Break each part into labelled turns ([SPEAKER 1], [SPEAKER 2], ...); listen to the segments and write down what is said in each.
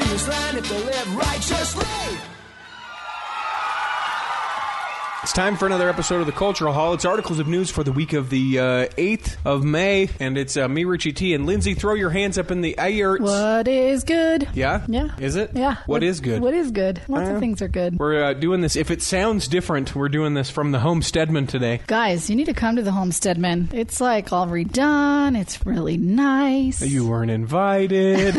[SPEAKER 1] to live righteously.
[SPEAKER 2] It's time for another episode of the Cultural Hall. It's articles of news for the week of the uh, 8th of May, and it's uh, me, Richie T, and Lindsay. Throw your hands up in the air.
[SPEAKER 3] What is good?
[SPEAKER 2] Yeah?
[SPEAKER 3] Yeah.
[SPEAKER 2] Is it?
[SPEAKER 3] Yeah.
[SPEAKER 2] What is good?
[SPEAKER 3] What is good? Lots of things are good.
[SPEAKER 2] We're uh, doing this. If it sounds different, we're doing this from the homesteadman today.
[SPEAKER 3] Guys, you need to come to the homestead, man. It's like all redone. It's really nice.
[SPEAKER 2] You weren't invited.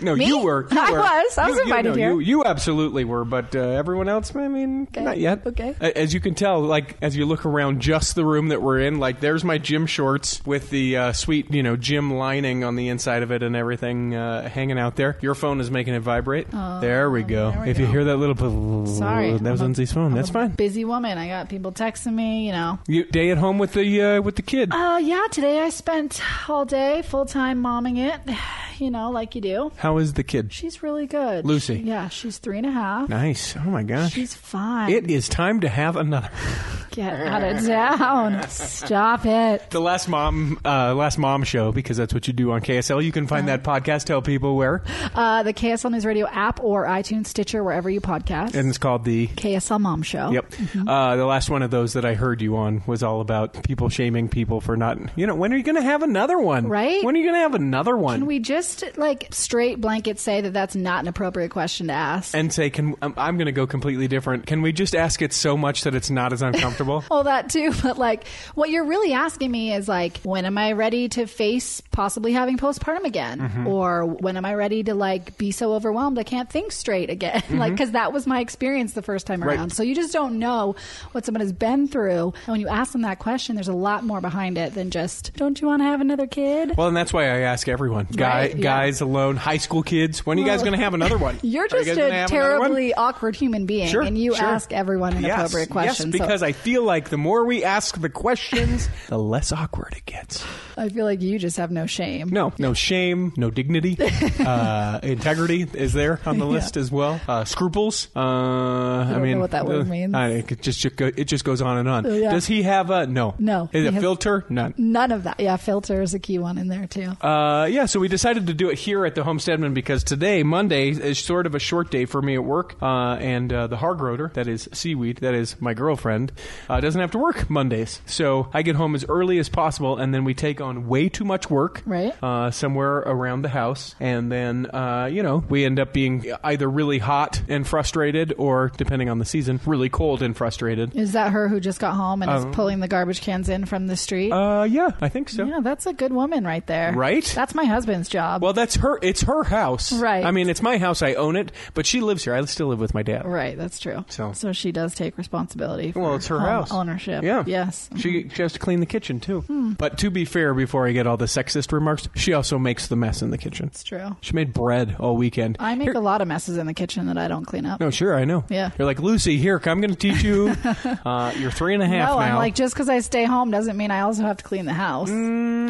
[SPEAKER 2] no,
[SPEAKER 3] Me?
[SPEAKER 2] you were. you
[SPEAKER 3] I
[SPEAKER 2] were.
[SPEAKER 3] was. I was
[SPEAKER 2] You-
[SPEAKER 3] invited
[SPEAKER 2] you, no,
[SPEAKER 3] here.
[SPEAKER 2] You, you absolutely were, but uh, everyone else, I mean, not yet.
[SPEAKER 3] Okay.
[SPEAKER 2] A- As you can tell, like as you look around, just the room that we're in, like there's my gym shorts with the uh, sweet, you know, gym lining on the inside of it and everything uh, hanging out there. Your phone is making it vibrate. there we go.
[SPEAKER 3] Oh, there we
[SPEAKER 2] if you
[SPEAKER 3] go.
[SPEAKER 2] hear that little,
[SPEAKER 3] Sorry.
[SPEAKER 2] that was
[SPEAKER 3] I'm a-
[SPEAKER 2] Lindsay's phone.
[SPEAKER 3] I'm
[SPEAKER 2] That's
[SPEAKER 3] a
[SPEAKER 2] fine.
[SPEAKER 3] Busy woman. I got people texting me, you know.
[SPEAKER 2] You day at home with the uh, with the kid.
[SPEAKER 3] Uh, yeah, today I spent all day full time momming it, you know, like you do.
[SPEAKER 2] How is the kid?
[SPEAKER 3] She's really good.
[SPEAKER 2] Lucy.
[SPEAKER 3] She- yeah, she's three and a half.
[SPEAKER 2] Nice. Oh my gosh.
[SPEAKER 3] She's fine.
[SPEAKER 2] It is time to have another.
[SPEAKER 3] Get out of town. Stop it.
[SPEAKER 2] The last mom, uh, last mom show because that's what you do on KSL. You can find that
[SPEAKER 3] Uh-huh.
[SPEAKER 2] podcast. Tell people where,
[SPEAKER 3] Uh, the KSL News Radio app or iTunes, Stitcher, wherever you podcast.
[SPEAKER 2] and it's called the.
[SPEAKER 3] KSL Mom Show.
[SPEAKER 2] Yep.
[SPEAKER 3] Mm-hmm.
[SPEAKER 2] Uh, the last one of those that I heard you on was all about people shaming people for not. You know, when are you going to have another one?
[SPEAKER 3] Right?
[SPEAKER 2] When are you going to have another one?
[SPEAKER 3] Can we just like straight blanket say that that's not an appropriate question to ask?
[SPEAKER 2] and say, can I'm, I'm going to go completely different. Can we just ask it so much that it's not as uncomfortable?
[SPEAKER 3] all that too, but like what you're really asking me is like, when am I ready to face possibly having postpartum again?
[SPEAKER 2] Mm-hmm.
[SPEAKER 3] Or when am I ready to like be so overwhelmed I can't think straight again? like, because that was my experience the first time
[SPEAKER 2] Mm-hmm. Right.
[SPEAKER 3] around. So you just don't know what someone has been through. And when you ask them that question, there's a lot more behind it than just, don't you want to have another kid?
[SPEAKER 2] well, and that's why I ask everyone, guy,
[SPEAKER 3] Right, yeah.
[SPEAKER 2] guys alone, high school kids. When are you guys
[SPEAKER 3] Well,
[SPEAKER 2] going to have another one? Are
[SPEAKER 3] You're
[SPEAKER 2] you
[SPEAKER 3] just
[SPEAKER 2] guys
[SPEAKER 3] a
[SPEAKER 2] gonna have another one?
[SPEAKER 3] terribly awkward human being,
[SPEAKER 2] Sure,
[SPEAKER 3] and you
[SPEAKER 2] sure.
[SPEAKER 3] ask everyone an appropriate question.
[SPEAKER 2] Yes, because I feel like the more we ask the questions, the less awkward it gets.
[SPEAKER 3] I, feel like you just have no shame.
[SPEAKER 2] No, no shame, no dignity. Uh, integrity is there on the list as well. Uh, scruples. Uh, I,
[SPEAKER 3] don't
[SPEAKER 2] mean,
[SPEAKER 3] know what that word
[SPEAKER 2] uh,
[SPEAKER 3] means.
[SPEAKER 2] I, it just it just goes on and on.
[SPEAKER 3] yeah.
[SPEAKER 2] Does he have a no?
[SPEAKER 3] No,
[SPEAKER 2] Is
[SPEAKER 3] he
[SPEAKER 2] it
[SPEAKER 3] has-
[SPEAKER 2] filter? None.
[SPEAKER 3] None of that. Yeah, filter is a key one in there too.
[SPEAKER 2] Uh, yeah, so we decided to do it here at the Homesteadman because today, Monday, is sort of a short day for me at work. Uh, and uh, the Hargroder, that is Seaweed, that is my girlfriend, uh, doesn't have to work Mondays. So I get home as early as possible, and then we take on way too much work
[SPEAKER 3] Right.
[SPEAKER 2] uh, somewhere around the house. And then, uh, you know, we end up being either really hot and frustrated or, depending on the season, really cold and frustrated.
[SPEAKER 3] Is that her who just got home and is pulling the garbage cans in from the street?
[SPEAKER 2] um, Uh, yeah, I think so.
[SPEAKER 3] yeah, that's a good woman right there.
[SPEAKER 2] Right?
[SPEAKER 3] That's my husband's job.
[SPEAKER 2] Well, that's her. It's her house.
[SPEAKER 3] Right.
[SPEAKER 2] I mean, it's my house. I own it, but she lives here. I still live with my dad.
[SPEAKER 3] right. That's true.
[SPEAKER 2] So-
[SPEAKER 3] she does take responsibility. For
[SPEAKER 2] Well, it's her
[SPEAKER 3] home
[SPEAKER 2] house.
[SPEAKER 3] ownership.
[SPEAKER 2] Yeah.
[SPEAKER 3] Yes.
[SPEAKER 2] She, she has to clean the kitchen too.
[SPEAKER 3] Hmm.
[SPEAKER 2] But to be fair, before I get all the sexist remarks, she also makes the mess in the kitchen.
[SPEAKER 3] It's true.
[SPEAKER 2] She made bread all weekend.
[SPEAKER 3] I make
[SPEAKER 2] Here-
[SPEAKER 3] a lot of messes in the kitchen that I don't clean up.
[SPEAKER 2] no, sure, I know.
[SPEAKER 3] Yeah.
[SPEAKER 2] You're like Lucy. Here, come, I'm going to teach you. uh, you're three and a half
[SPEAKER 3] No,
[SPEAKER 2] now.
[SPEAKER 3] I'm like just because I stay home doesn't mean I also have to clean the house.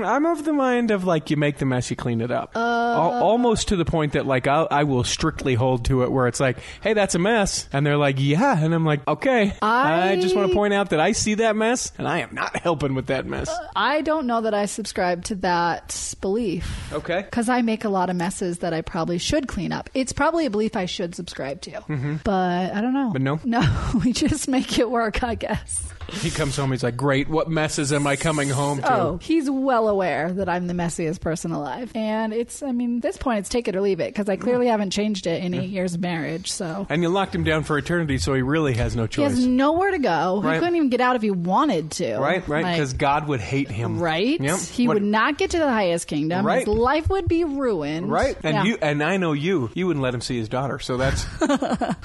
[SPEAKER 2] I'm of the mind of like you make the mess, you clean it up.
[SPEAKER 3] Uh.
[SPEAKER 2] Al- almost to the point that like I'll, I will strictly hold to it, where it's like, hey, that's a mess, and they're like, yeah, and I'm like, okay,
[SPEAKER 3] I-
[SPEAKER 2] just want to point out that I see that mess, and I am not helping with that mess.
[SPEAKER 3] I don't know that I subscribe to that belief.
[SPEAKER 2] Okay.
[SPEAKER 3] Because I make a lot of messes that I probably should clean up. It's probably a belief I should subscribe to. But I don't
[SPEAKER 2] Mm-hmm.
[SPEAKER 3] know.
[SPEAKER 2] But no?
[SPEAKER 3] No, we just make it work, I guess.
[SPEAKER 2] He comes home, he's like, great, what messes am I coming home to?
[SPEAKER 3] Oh, he's well aware that I'm the messiest person alive. And it's, I mean, at this point, it's take it or leave it because I clearly haven't changed it in eight years of marriage. So.
[SPEAKER 2] And you locked him down for eternity, so he really has no
[SPEAKER 3] He
[SPEAKER 2] choice,
[SPEAKER 3] has nowhere to go.
[SPEAKER 2] Right.
[SPEAKER 3] He couldn't even get out if he wanted to.
[SPEAKER 2] right? Right?
[SPEAKER 3] Like-
[SPEAKER 2] Because God would hate him,
[SPEAKER 3] Right?
[SPEAKER 2] Yep.
[SPEAKER 3] He
[SPEAKER 2] What-
[SPEAKER 3] would not get to the highest kingdom.
[SPEAKER 2] Right.
[SPEAKER 3] His life would be ruined.
[SPEAKER 2] Right, and
[SPEAKER 3] Yeah.
[SPEAKER 2] you and I know you. You wouldn't let him see his daughter, so that's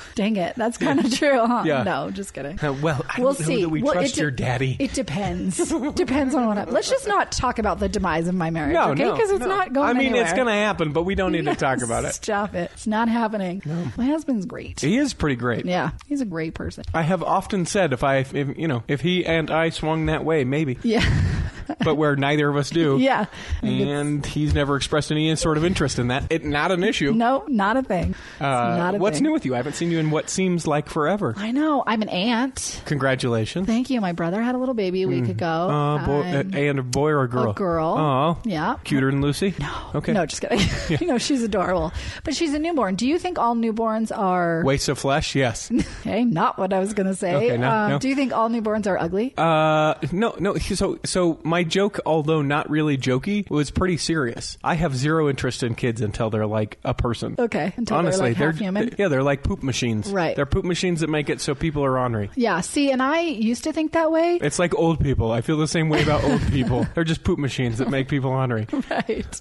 [SPEAKER 3] Dang it. That's kind of true, huh?
[SPEAKER 2] Yeah.
[SPEAKER 3] No, just kidding.
[SPEAKER 2] Uh, well. I
[SPEAKER 3] we'll
[SPEAKER 2] don't know
[SPEAKER 3] see.
[SPEAKER 2] that we
[SPEAKER 3] Well, it
[SPEAKER 2] trust
[SPEAKER 3] de-
[SPEAKER 2] your daddy.
[SPEAKER 3] It depends. depends on what. I- Let's just not talk about the demise of my marriage,
[SPEAKER 2] No,
[SPEAKER 3] okay?
[SPEAKER 2] no,
[SPEAKER 3] Because it's
[SPEAKER 2] no.
[SPEAKER 3] not going.
[SPEAKER 2] I mean,
[SPEAKER 3] anywhere.
[SPEAKER 2] it's going to happen, but we don't need to talk about it.
[SPEAKER 3] Stop it. It's not happening. My husband's great.
[SPEAKER 2] He is pretty great.
[SPEAKER 3] Yeah, he's a great person.
[SPEAKER 2] I have often said if I, if, you know, if he and I swung that way, maybe.
[SPEAKER 3] Yeah.
[SPEAKER 2] but where neither of us do.
[SPEAKER 3] Yeah.
[SPEAKER 2] And he's never expressed any sort of interest in that. It not an issue.
[SPEAKER 3] No, not a thing. It's
[SPEAKER 2] Uh,
[SPEAKER 3] not a
[SPEAKER 2] what's
[SPEAKER 3] thing.
[SPEAKER 2] new with you? I haven't seen you in what seems like forever.
[SPEAKER 3] I know. I'm an aunt.
[SPEAKER 2] Congratulations.
[SPEAKER 3] Thank you. My brother had a little baby a week ago.
[SPEAKER 2] Uh, boy, uh,
[SPEAKER 3] I'm
[SPEAKER 2] and a boy or a girl?
[SPEAKER 3] a girl.
[SPEAKER 2] Oh,
[SPEAKER 3] Yeah.
[SPEAKER 2] Cuter than Lucy? No. Okay.
[SPEAKER 3] No, just kidding. you know, she's adorable. But she's a newborn. Do you think all newborns are.
[SPEAKER 2] Waste of flesh? Yes.
[SPEAKER 3] Okay, not what I was going to say.
[SPEAKER 2] Okay, no,
[SPEAKER 3] um,
[SPEAKER 2] no.
[SPEAKER 3] Do you think all newborns are ugly?
[SPEAKER 2] Uh, no, no. So, so my joke, although not really jokey, was pretty serious. I have zero interest in kids until they're like a person.
[SPEAKER 3] Okay, Oh, until they're,
[SPEAKER 2] honestly,
[SPEAKER 3] like, half human.
[SPEAKER 2] yeah, they're like poop machines.
[SPEAKER 3] Right.
[SPEAKER 2] they're poop machines that make it so people are ornery.
[SPEAKER 3] yeah, see, and I used to think that way.
[SPEAKER 2] It's like old people. I feel the same way about old people. They're just poop machines that make people ornery.
[SPEAKER 3] Right.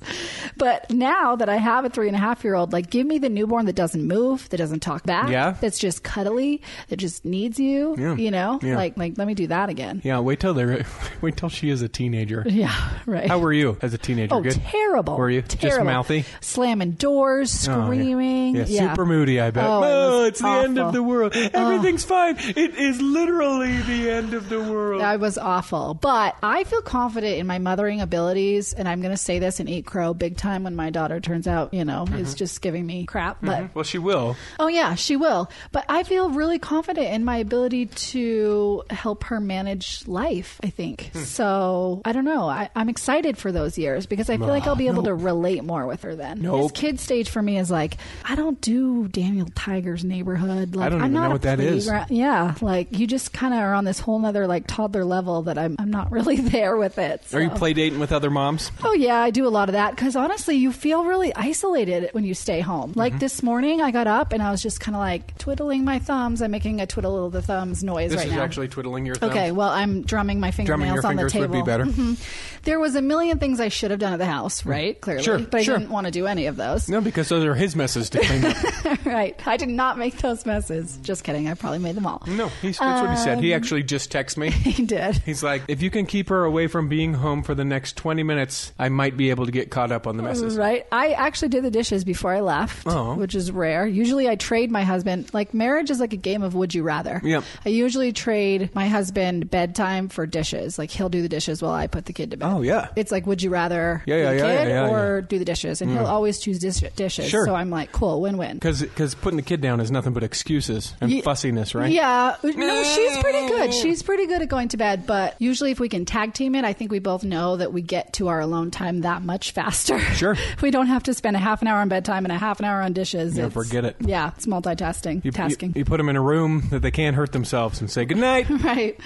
[SPEAKER 3] But now that I have a three and a half year old, like, give me the newborn that doesn't move, that doesn't talk back,
[SPEAKER 2] Yeah.
[SPEAKER 3] that's just cuddly, that just needs you,
[SPEAKER 2] Yeah.
[SPEAKER 3] you know?
[SPEAKER 2] Yeah.
[SPEAKER 3] Like, like, let me do that again.
[SPEAKER 2] Yeah, wait till they're wait till she is a teenager.
[SPEAKER 3] Yeah, right.
[SPEAKER 2] How were you as a teenager?
[SPEAKER 3] Oh,
[SPEAKER 2] Good.
[SPEAKER 3] terrible!
[SPEAKER 2] Were you just
[SPEAKER 3] terrible.
[SPEAKER 2] mouthy?
[SPEAKER 3] slamming doors,
[SPEAKER 2] Oh, yeah.
[SPEAKER 3] screaming?
[SPEAKER 2] yeah.
[SPEAKER 3] Yeah.
[SPEAKER 2] super moody. I bet.
[SPEAKER 3] Oh,
[SPEAKER 2] Oh,
[SPEAKER 3] it was
[SPEAKER 2] it's the end
[SPEAKER 3] awful. Oh.
[SPEAKER 2] of the world. Everything's fine. It is literally the end of the world.
[SPEAKER 3] I was awful, but I feel confident in my mothering abilities, and I'm going to say this and eat crow big time when my daughter turns out, you know, is
[SPEAKER 2] Mm-hmm.
[SPEAKER 3] just giving me crap. But
[SPEAKER 2] well, she will.
[SPEAKER 3] oh yeah, she will. But I feel really confident in my ability to help her manage life. I think
[SPEAKER 2] Hmm.
[SPEAKER 3] so. I don't know. I, I'm excited for those years because I feel like I'll be able to relate more with her then. This
[SPEAKER 2] Nope.
[SPEAKER 3] kid stage for me is like I don't do Daniel Tiger's neighborhood. Like
[SPEAKER 2] I don't
[SPEAKER 3] am
[SPEAKER 2] even
[SPEAKER 3] not
[SPEAKER 2] know
[SPEAKER 3] a
[SPEAKER 2] what that is.
[SPEAKER 3] playground- Yeah, like you just kind of are on this whole nother like toddler level that I'm I'm not really there with it.
[SPEAKER 2] Are you
[SPEAKER 3] so.
[SPEAKER 2] play dating with other moms?
[SPEAKER 3] Oh yeah, I do a lot of that because honestly, you feel really isolated when you stay home. Like
[SPEAKER 2] Mm-hmm.
[SPEAKER 3] this morning, I got up and I was just kind of like twiddling my thumbs. I'm making a twiddle of the thumbs noise
[SPEAKER 2] This
[SPEAKER 3] right
[SPEAKER 2] is
[SPEAKER 3] now.
[SPEAKER 2] actually twiddling your thumbs.
[SPEAKER 3] Okay, well, I'm drumming my fingernails
[SPEAKER 2] Drumming your
[SPEAKER 3] on the
[SPEAKER 2] fingers
[SPEAKER 3] table.
[SPEAKER 2] would be better. Mm.
[SPEAKER 3] Mhm. There was a million things I should have done at the house, right? Clearly,
[SPEAKER 2] Sure,
[SPEAKER 3] but I
[SPEAKER 2] sure.
[SPEAKER 3] didn't want to do any of those.
[SPEAKER 2] No, because those are his messes to clean up.
[SPEAKER 3] right? I did not make those messes. Just kidding. I probably made them all.
[SPEAKER 2] No, he's, that's what he said.
[SPEAKER 3] Um,
[SPEAKER 2] He actually just texted me.
[SPEAKER 3] He did.
[SPEAKER 2] He's like, if you can keep her away from being home for the next 20 minutes, I might be able to get caught up on the messes.
[SPEAKER 3] Right. I actually did the dishes before I left,
[SPEAKER 2] Oh.
[SPEAKER 3] which is rare. Usually I trade my husband. Like marriage is like a game of would you rather.
[SPEAKER 2] Yep.
[SPEAKER 3] I usually trade my husband bedtime for dishes. Like he'll do the dishes while I put the kid to bed.
[SPEAKER 2] Oh, yeah.
[SPEAKER 3] It's like would you rather
[SPEAKER 2] Yeah, yeah,
[SPEAKER 3] be the
[SPEAKER 2] yeah,
[SPEAKER 3] kid
[SPEAKER 2] yeah, yeah,
[SPEAKER 3] or do the dishes and he'll always choose dish- dishes.
[SPEAKER 2] Sure.
[SPEAKER 3] So I'm like, cool, win-win.
[SPEAKER 2] Because putting the kid down is nothing but excuses and
[SPEAKER 3] Ye-
[SPEAKER 2] fussiness, right?
[SPEAKER 3] Yeah. No, she's pretty good. She's pretty good at going to bed, but usually if we can tag team it, I think we both know that we get to our alone time that much faster.
[SPEAKER 2] Sure.
[SPEAKER 3] we don't have to spend a half an hour on bedtime and a half an hour on dishes.
[SPEAKER 2] Yeah,
[SPEAKER 3] It's-
[SPEAKER 2] forget it.
[SPEAKER 3] Yeah, it's multitasking,
[SPEAKER 2] You,
[SPEAKER 3] tasking.
[SPEAKER 2] You, you put them in a room that they can't hurt themselves and say, good night.
[SPEAKER 3] right.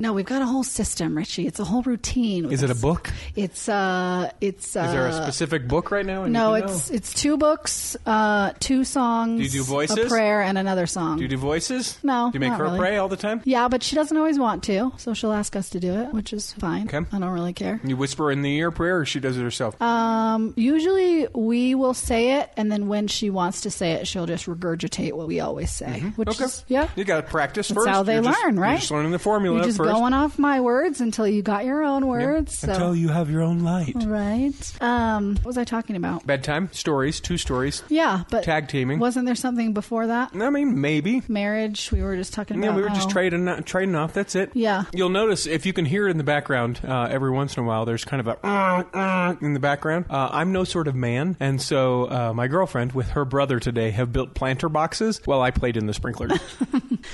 [SPEAKER 3] No, we've got a whole system, Richie. It's a whole routine.
[SPEAKER 2] Is it a book?
[SPEAKER 3] It's uh it's uh
[SPEAKER 2] Is there a specific book right now? I need
[SPEAKER 3] No,
[SPEAKER 2] to
[SPEAKER 3] it's
[SPEAKER 2] know?
[SPEAKER 3] it's two books, uh two songs,
[SPEAKER 2] Do you do
[SPEAKER 3] a
[SPEAKER 2] voices?
[SPEAKER 3] prayer and another song.
[SPEAKER 2] Do you do voices?
[SPEAKER 3] No,
[SPEAKER 2] Do you make
[SPEAKER 3] not
[SPEAKER 2] her
[SPEAKER 3] really.
[SPEAKER 2] pray all the time?
[SPEAKER 3] Yeah, but she doesn't always want to, so she'll ask us to do it, which is fine.
[SPEAKER 2] Okay.
[SPEAKER 3] I don't really care.
[SPEAKER 2] You whisper in the ear prayer or she does it herself?
[SPEAKER 3] Um, usually we will say it, and then when she wants to say it, she'll just regurgitate what we always say. Which
[SPEAKER 2] Mm-hmm. okay.
[SPEAKER 3] is, yeah.
[SPEAKER 2] You got to practice
[SPEAKER 3] That's
[SPEAKER 2] first.
[SPEAKER 3] how they
[SPEAKER 2] You're just-
[SPEAKER 3] learn, right?
[SPEAKER 2] You're just learning the formula
[SPEAKER 3] You're just
[SPEAKER 2] first.
[SPEAKER 3] going off my words until you got your own words. So.
[SPEAKER 2] Until you have your own light.
[SPEAKER 3] Right. Um, what was I talking about?
[SPEAKER 2] Bedtime stories, two stories.
[SPEAKER 3] Yeah, but
[SPEAKER 2] Tag teaming.
[SPEAKER 3] Wasn't there something before that?
[SPEAKER 2] I mean, maybe.
[SPEAKER 3] Marriage. We were just talking
[SPEAKER 2] Yeah,
[SPEAKER 3] about.
[SPEAKER 2] we were just
[SPEAKER 3] how-
[SPEAKER 2] trading uh, trading off. That's it.
[SPEAKER 3] Yeah.
[SPEAKER 2] You'll notice if you can hear it in the background uh, every once in a while. There's kind of a "Uh, uh," in the background. Uh, I'm no sort of man, and so uh, my girlfriend with her brother today have built planter boxes while I played in the sprinklers.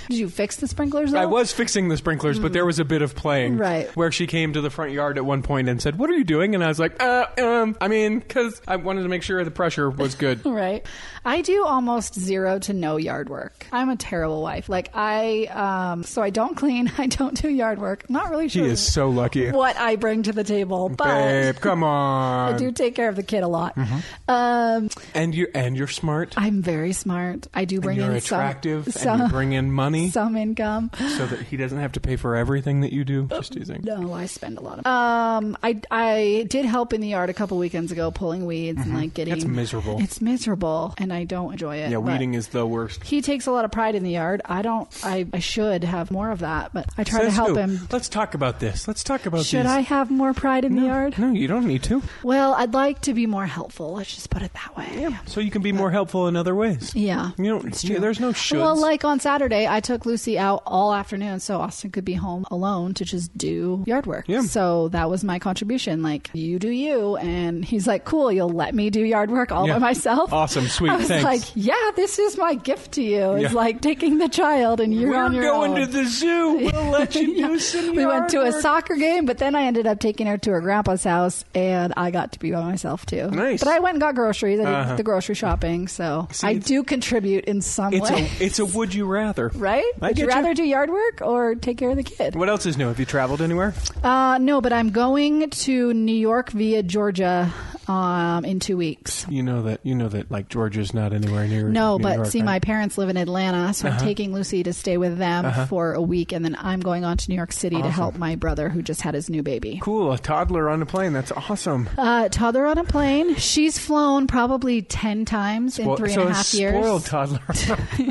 [SPEAKER 3] Did you fix the sprinklers? Though?
[SPEAKER 2] I was fixing the sprinklers, but there was a bit of playing.
[SPEAKER 3] Right.
[SPEAKER 2] Where she came to the front yard at one point and said, "What are you doing?" And I was like, "Uh, um, I mean, because I wanted to make sure the pressure was good."
[SPEAKER 3] Right. I do almost zero to no yard work. I'm a terrible wife. Like I, um, so I don't clean. I don't do yard work. I'm not really
[SPEAKER 2] she
[SPEAKER 3] sure
[SPEAKER 2] is so lucky.
[SPEAKER 3] what I bring to the table, but
[SPEAKER 2] Babe, come on.
[SPEAKER 3] I do take care of the kid a lot.
[SPEAKER 2] Mm-hmm.
[SPEAKER 3] Um,
[SPEAKER 2] And you and you're smart.
[SPEAKER 3] I'm very smart. I do bring
[SPEAKER 2] and you're
[SPEAKER 3] in some-
[SPEAKER 2] attractive.
[SPEAKER 3] some,
[SPEAKER 2] and you bring in money
[SPEAKER 3] some income.
[SPEAKER 2] so that he doesn't have to pay for everything that you do. Just teasing.
[SPEAKER 3] No, I spend a lot of. Um, I I did help in the yard a couple weekends ago, pulling weeds and like getting.
[SPEAKER 2] Mm-hmm. That's miserable.
[SPEAKER 3] It's miserable, and I don't enjoy it.
[SPEAKER 2] Yeah,
[SPEAKER 3] but-
[SPEAKER 2] weeding is the worst.
[SPEAKER 3] he takes a lot of pride in the yard. I don't. I, I should have more of that, but I try to
[SPEAKER 2] Says
[SPEAKER 3] help
[SPEAKER 2] who?
[SPEAKER 3] him.
[SPEAKER 2] Let's talk about this. Let's talk about
[SPEAKER 3] Should
[SPEAKER 2] these.
[SPEAKER 3] I have more pride in the yard?
[SPEAKER 2] No, you don't need to.
[SPEAKER 3] Well, I'd like to be more helpful. Let's just put it that way.
[SPEAKER 2] So you can be more helpful in other ways.
[SPEAKER 3] Yeah.
[SPEAKER 2] You don't,
[SPEAKER 3] It's
[SPEAKER 2] you-
[SPEAKER 3] true.
[SPEAKER 2] there's no shoulds.
[SPEAKER 3] Well, like on Saturday, I took Lucy out all afternoon so Austin could be home home alone to just do yard work.
[SPEAKER 2] Yeah.
[SPEAKER 3] So that was my contribution. Like, you do you. And he's like, cool, you'll let me do yard work all
[SPEAKER 2] Yeah.
[SPEAKER 3] by myself.
[SPEAKER 2] Awesome. Sweet.
[SPEAKER 3] I was
[SPEAKER 2] Thanks.
[SPEAKER 3] like, yeah, this is my gift to you. It's
[SPEAKER 2] Yeah.
[SPEAKER 3] like taking the child and you're
[SPEAKER 2] We're
[SPEAKER 3] on your
[SPEAKER 2] going
[SPEAKER 3] own.
[SPEAKER 2] to the zoo. We'll let you do some.
[SPEAKER 3] we went
[SPEAKER 2] yard
[SPEAKER 3] to a
[SPEAKER 2] work.
[SPEAKER 3] soccer game, but then I ended up taking her to her grandpa's house, and I got to be by myself too.
[SPEAKER 2] Nice. Uh-huh.
[SPEAKER 3] But I went and got groceries. I did the grocery shopping, so I
[SPEAKER 2] it's-
[SPEAKER 3] do contribute in some
[SPEAKER 2] It's
[SPEAKER 3] way.
[SPEAKER 2] a it's a would you rather,
[SPEAKER 3] right?
[SPEAKER 2] I
[SPEAKER 3] Would you
[SPEAKER 2] get
[SPEAKER 3] rather do yard work or take care of the kid?
[SPEAKER 2] What else is new? Have you traveled anywhere?
[SPEAKER 3] Uh, no, but I'm going to New York via Georgia um, in two weeks.
[SPEAKER 2] You know that you know that like Georgia's not anywhere near.
[SPEAKER 3] No,
[SPEAKER 2] New
[SPEAKER 3] but
[SPEAKER 2] York,
[SPEAKER 3] see,
[SPEAKER 2] right?
[SPEAKER 3] my parents live in Atlanta, so
[SPEAKER 2] Uh-huh.
[SPEAKER 3] I'm taking Lucy to stay with them for a week, and then I'm going on to New York City to help my brother who just had his new baby.
[SPEAKER 2] cool a toddler on a plane. That's awesome.
[SPEAKER 3] Uh, toddler on a plane. She's flown probably 10 times in
[SPEAKER 2] Well,
[SPEAKER 3] three
[SPEAKER 2] so
[SPEAKER 3] and a
[SPEAKER 2] a
[SPEAKER 3] half
[SPEAKER 2] spoiled
[SPEAKER 3] years.
[SPEAKER 2] toddler.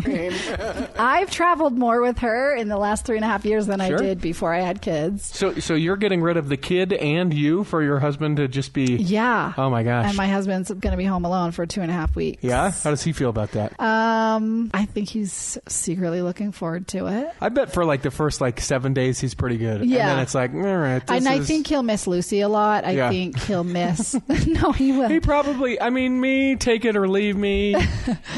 [SPEAKER 3] I've traveled more with her in the last three and a half years than
[SPEAKER 2] Sure.
[SPEAKER 3] I did before I had kids.
[SPEAKER 2] so so you're getting rid of the kid and you for your husband to just be.
[SPEAKER 3] Yeah.
[SPEAKER 2] Oh my gosh.
[SPEAKER 3] And my husband's going to be home alone for two and a half weeks.
[SPEAKER 2] yeah. How does he feel about that?
[SPEAKER 3] Um, I think he's secretly looking forward to it.
[SPEAKER 2] I bet for like the first like seven days he's pretty good.
[SPEAKER 3] Yeah.
[SPEAKER 2] And then it's like all right. This
[SPEAKER 3] and I
[SPEAKER 2] is-
[SPEAKER 3] think he'll miss Lucy a lot. I
[SPEAKER 2] Yeah.
[SPEAKER 3] think he'll miss. no, he will.
[SPEAKER 2] He probably, I mean, me, take it or leave me.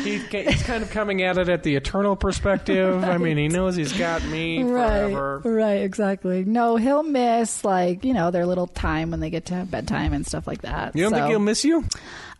[SPEAKER 2] he, he's kind of coming at it at the eternal perspective. I mean, he knows he's got me forever.
[SPEAKER 3] right, exactly. No, he'll miss like you know their little time when they get to have bedtime and stuff like that.
[SPEAKER 2] You don't think
[SPEAKER 3] So-
[SPEAKER 2] he'll miss you?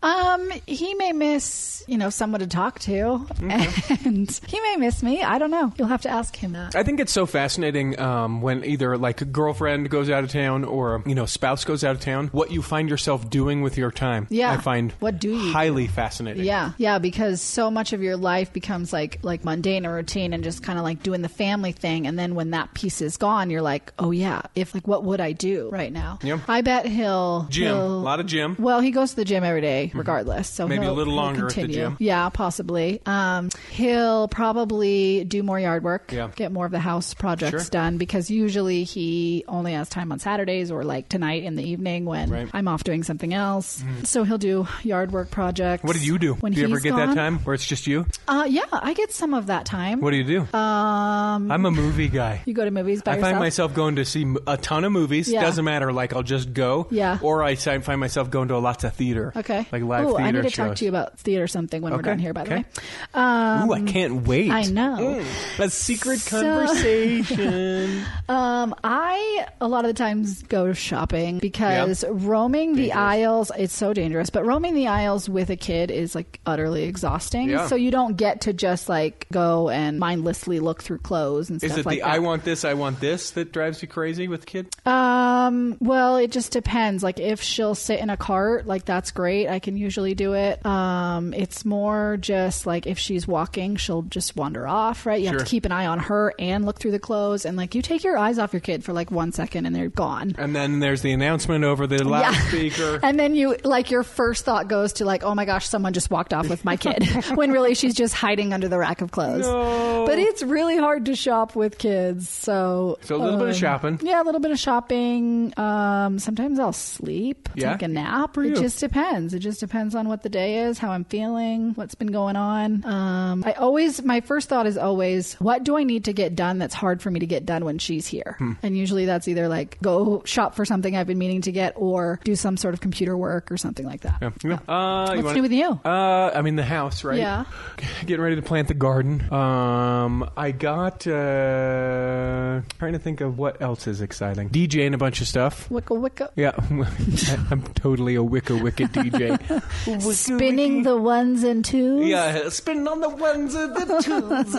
[SPEAKER 3] Um, he may miss, you know, someone to talk to, and he may miss me. I don't know. You'll have to ask him that.
[SPEAKER 2] I think it's so fascinating um, when either like a girlfriend goes out of town or you know spouse goes out of town. What you find yourself doing with your time,
[SPEAKER 3] Yeah.
[SPEAKER 2] I find
[SPEAKER 3] What do you
[SPEAKER 2] highly fascinating.
[SPEAKER 3] Yeah, yeah, because so much of your life becomes like like mundane or routine, and just kind of like doing the family thing. And then when that piece is gone, you're like, oh yeah, if like what would I do right now?
[SPEAKER 2] Yeah.
[SPEAKER 3] I bet he'll
[SPEAKER 2] Gym, a
[SPEAKER 3] he'll-
[SPEAKER 2] lot of gym. Mm-hmm.
[SPEAKER 3] Well, he goes to the gym every day, regardless. So
[SPEAKER 2] Maybe a
[SPEAKER 3] he'll-
[SPEAKER 2] little
[SPEAKER 3] he'll
[SPEAKER 2] longer at the
[SPEAKER 3] continue.
[SPEAKER 2] gym.
[SPEAKER 3] Yeah, possibly. Um, he'll probably do more yard work.
[SPEAKER 2] Yeah.
[SPEAKER 3] get more of the house projects
[SPEAKER 2] Sure.
[SPEAKER 3] done because usually he only has time on Saturdays or like tonight in the evening when
[SPEAKER 2] Right. Mm-hmm.
[SPEAKER 3] I'm off doing something else. So he'll do yard work projects.
[SPEAKER 2] What do you do?
[SPEAKER 3] When
[SPEAKER 2] do you ever
[SPEAKER 3] he's
[SPEAKER 2] get that
[SPEAKER 3] gone.
[SPEAKER 2] time where it's just you?
[SPEAKER 3] Uh, yeah, I get some of that time.
[SPEAKER 2] What do you do?
[SPEAKER 3] um,
[SPEAKER 2] I'm a movie guy.
[SPEAKER 3] you go to movies by
[SPEAKER 2] I
[SPEAKER 3] yourself.
[SPEAKER 2] find myself going to see m- a ton of movies.
[SPEAKER 3] Yeah.
[SPEAKER 2] Doesn't matter. Like I'll just go.
[SPEAKER 3] Yeah.
[SPEAKER 2] Or I si- find myself going to lots of theater.
[SPEAKER 3] Okay.
[SPEAKER 2] Like live
[SPEAKER 3] Ooh,
[SPEAKER 2] theater
[SPEAKER 3] I need to
[SPEAKER 2] shows.
[SPEAKER 3] talk to you about theater something when we're
[SPEAKER 2] Okay,
[SPEAKER 3] done here. By the
[SPEAKER 2] okay.
[SPEAKER 3] way, um,
[SPEAKER 2] Ooh, I can't wait. Mm.
[SPEAKER 3] I know.
[SPEAKER 2] A secret
[SPEAKER 3] So-
[SPEAKER 2] conversation.
[SPEAKER 3] Um, I a lot of the times go shopping because
[SPEAKER 2] Yeah.
[SPEAKER 3] roaming the
[SPEAKER 2] Dangerous.
[SPEAKER 3] aisles it's so dangerous. But roaming the aisles with a kid is like utterly exhausting.
[SPEAKER 2] Yeah.
[SPEAKER 3] So you don't get to just like go and mindlessly look through clothes and
[SPEAKER 2] Is
[SPEAKER 3] stuff
[SPEAKER 2] it
[SPEAKER 3] like
[SPEAKER 2] the
[SPEAKER 3] that.
[SPEAKER 2] I want this, I want this that drives you crazy with kids?
[SPEAKER 3] Um, well, it just depends. Like if she'll sit in a cart, like that's great. I can usually do it. Um, it's more just like if she's walking, she'll just wander off, right? You have
[SPEAKER 2] Sure.
[SPEAKER 3] to keep an eye on her and look through the clothes and like you take your eyes off your kid for like one second and they're gone.
[SPEAKER 2] And then there's the announcement over the loudspeaker.
[SPEAKER 3] And then you like your first thought goes to like, oh my gosh, someone just walked off with my kid, when really she's just hiding under the rack of clothes.
[SPEAKER 2] No.
[SPEAKER 3] But it's really hard to shop with kids, so
[SPEAKER 2] So a little bit of
[SPEAKER 3] um,
[SPEAKER 2] shopping.
[SPEAKER 3] Yeah, a little bit of shopping. Um, sometimes I'll sleep,
[SPEAKER 2] Yeah.
[SPEAKER 3] take a nap.
[SPEAKER 2] For
[SPEAKER 3] it
[SPEAKER 2] you.
[SPEAKER 3] just depends. It just depends on what the day is, how I'm feeling, what's been going on. Um, I always my first thought is always, what do I need to get done that's hard for me to get done when she's here?
[SPEAKER 2] Hmm.
[SPEAKER 3] And usually that's either like go shop for something I've been meaning to get, or do some sort of computer work or something like that.
[SPEAKER 2] Yeah. Yeah. Uh,
[SPEAKER 3] What's
[SPEAKER 2] wanna-
[SPEAKER 3] new with you?
[SPEAKER 2] Uh, I mean the house, right?
[SPEAKER 3] Yeah.
[SPEAKER 2] Getting ready to plant the garden. Um, I got uh, trying to think of what else is exciting. DJing a bunch of stuff.
[SPEAKER 3] Wicca wicca.
[SPEAKER 2] Yeah, I- I'm totally a wicka wicka DJ.
[SPEAKER 3] Spinning the ones and twos.
[SPEAKER 2] Yeah, spin on the ones of the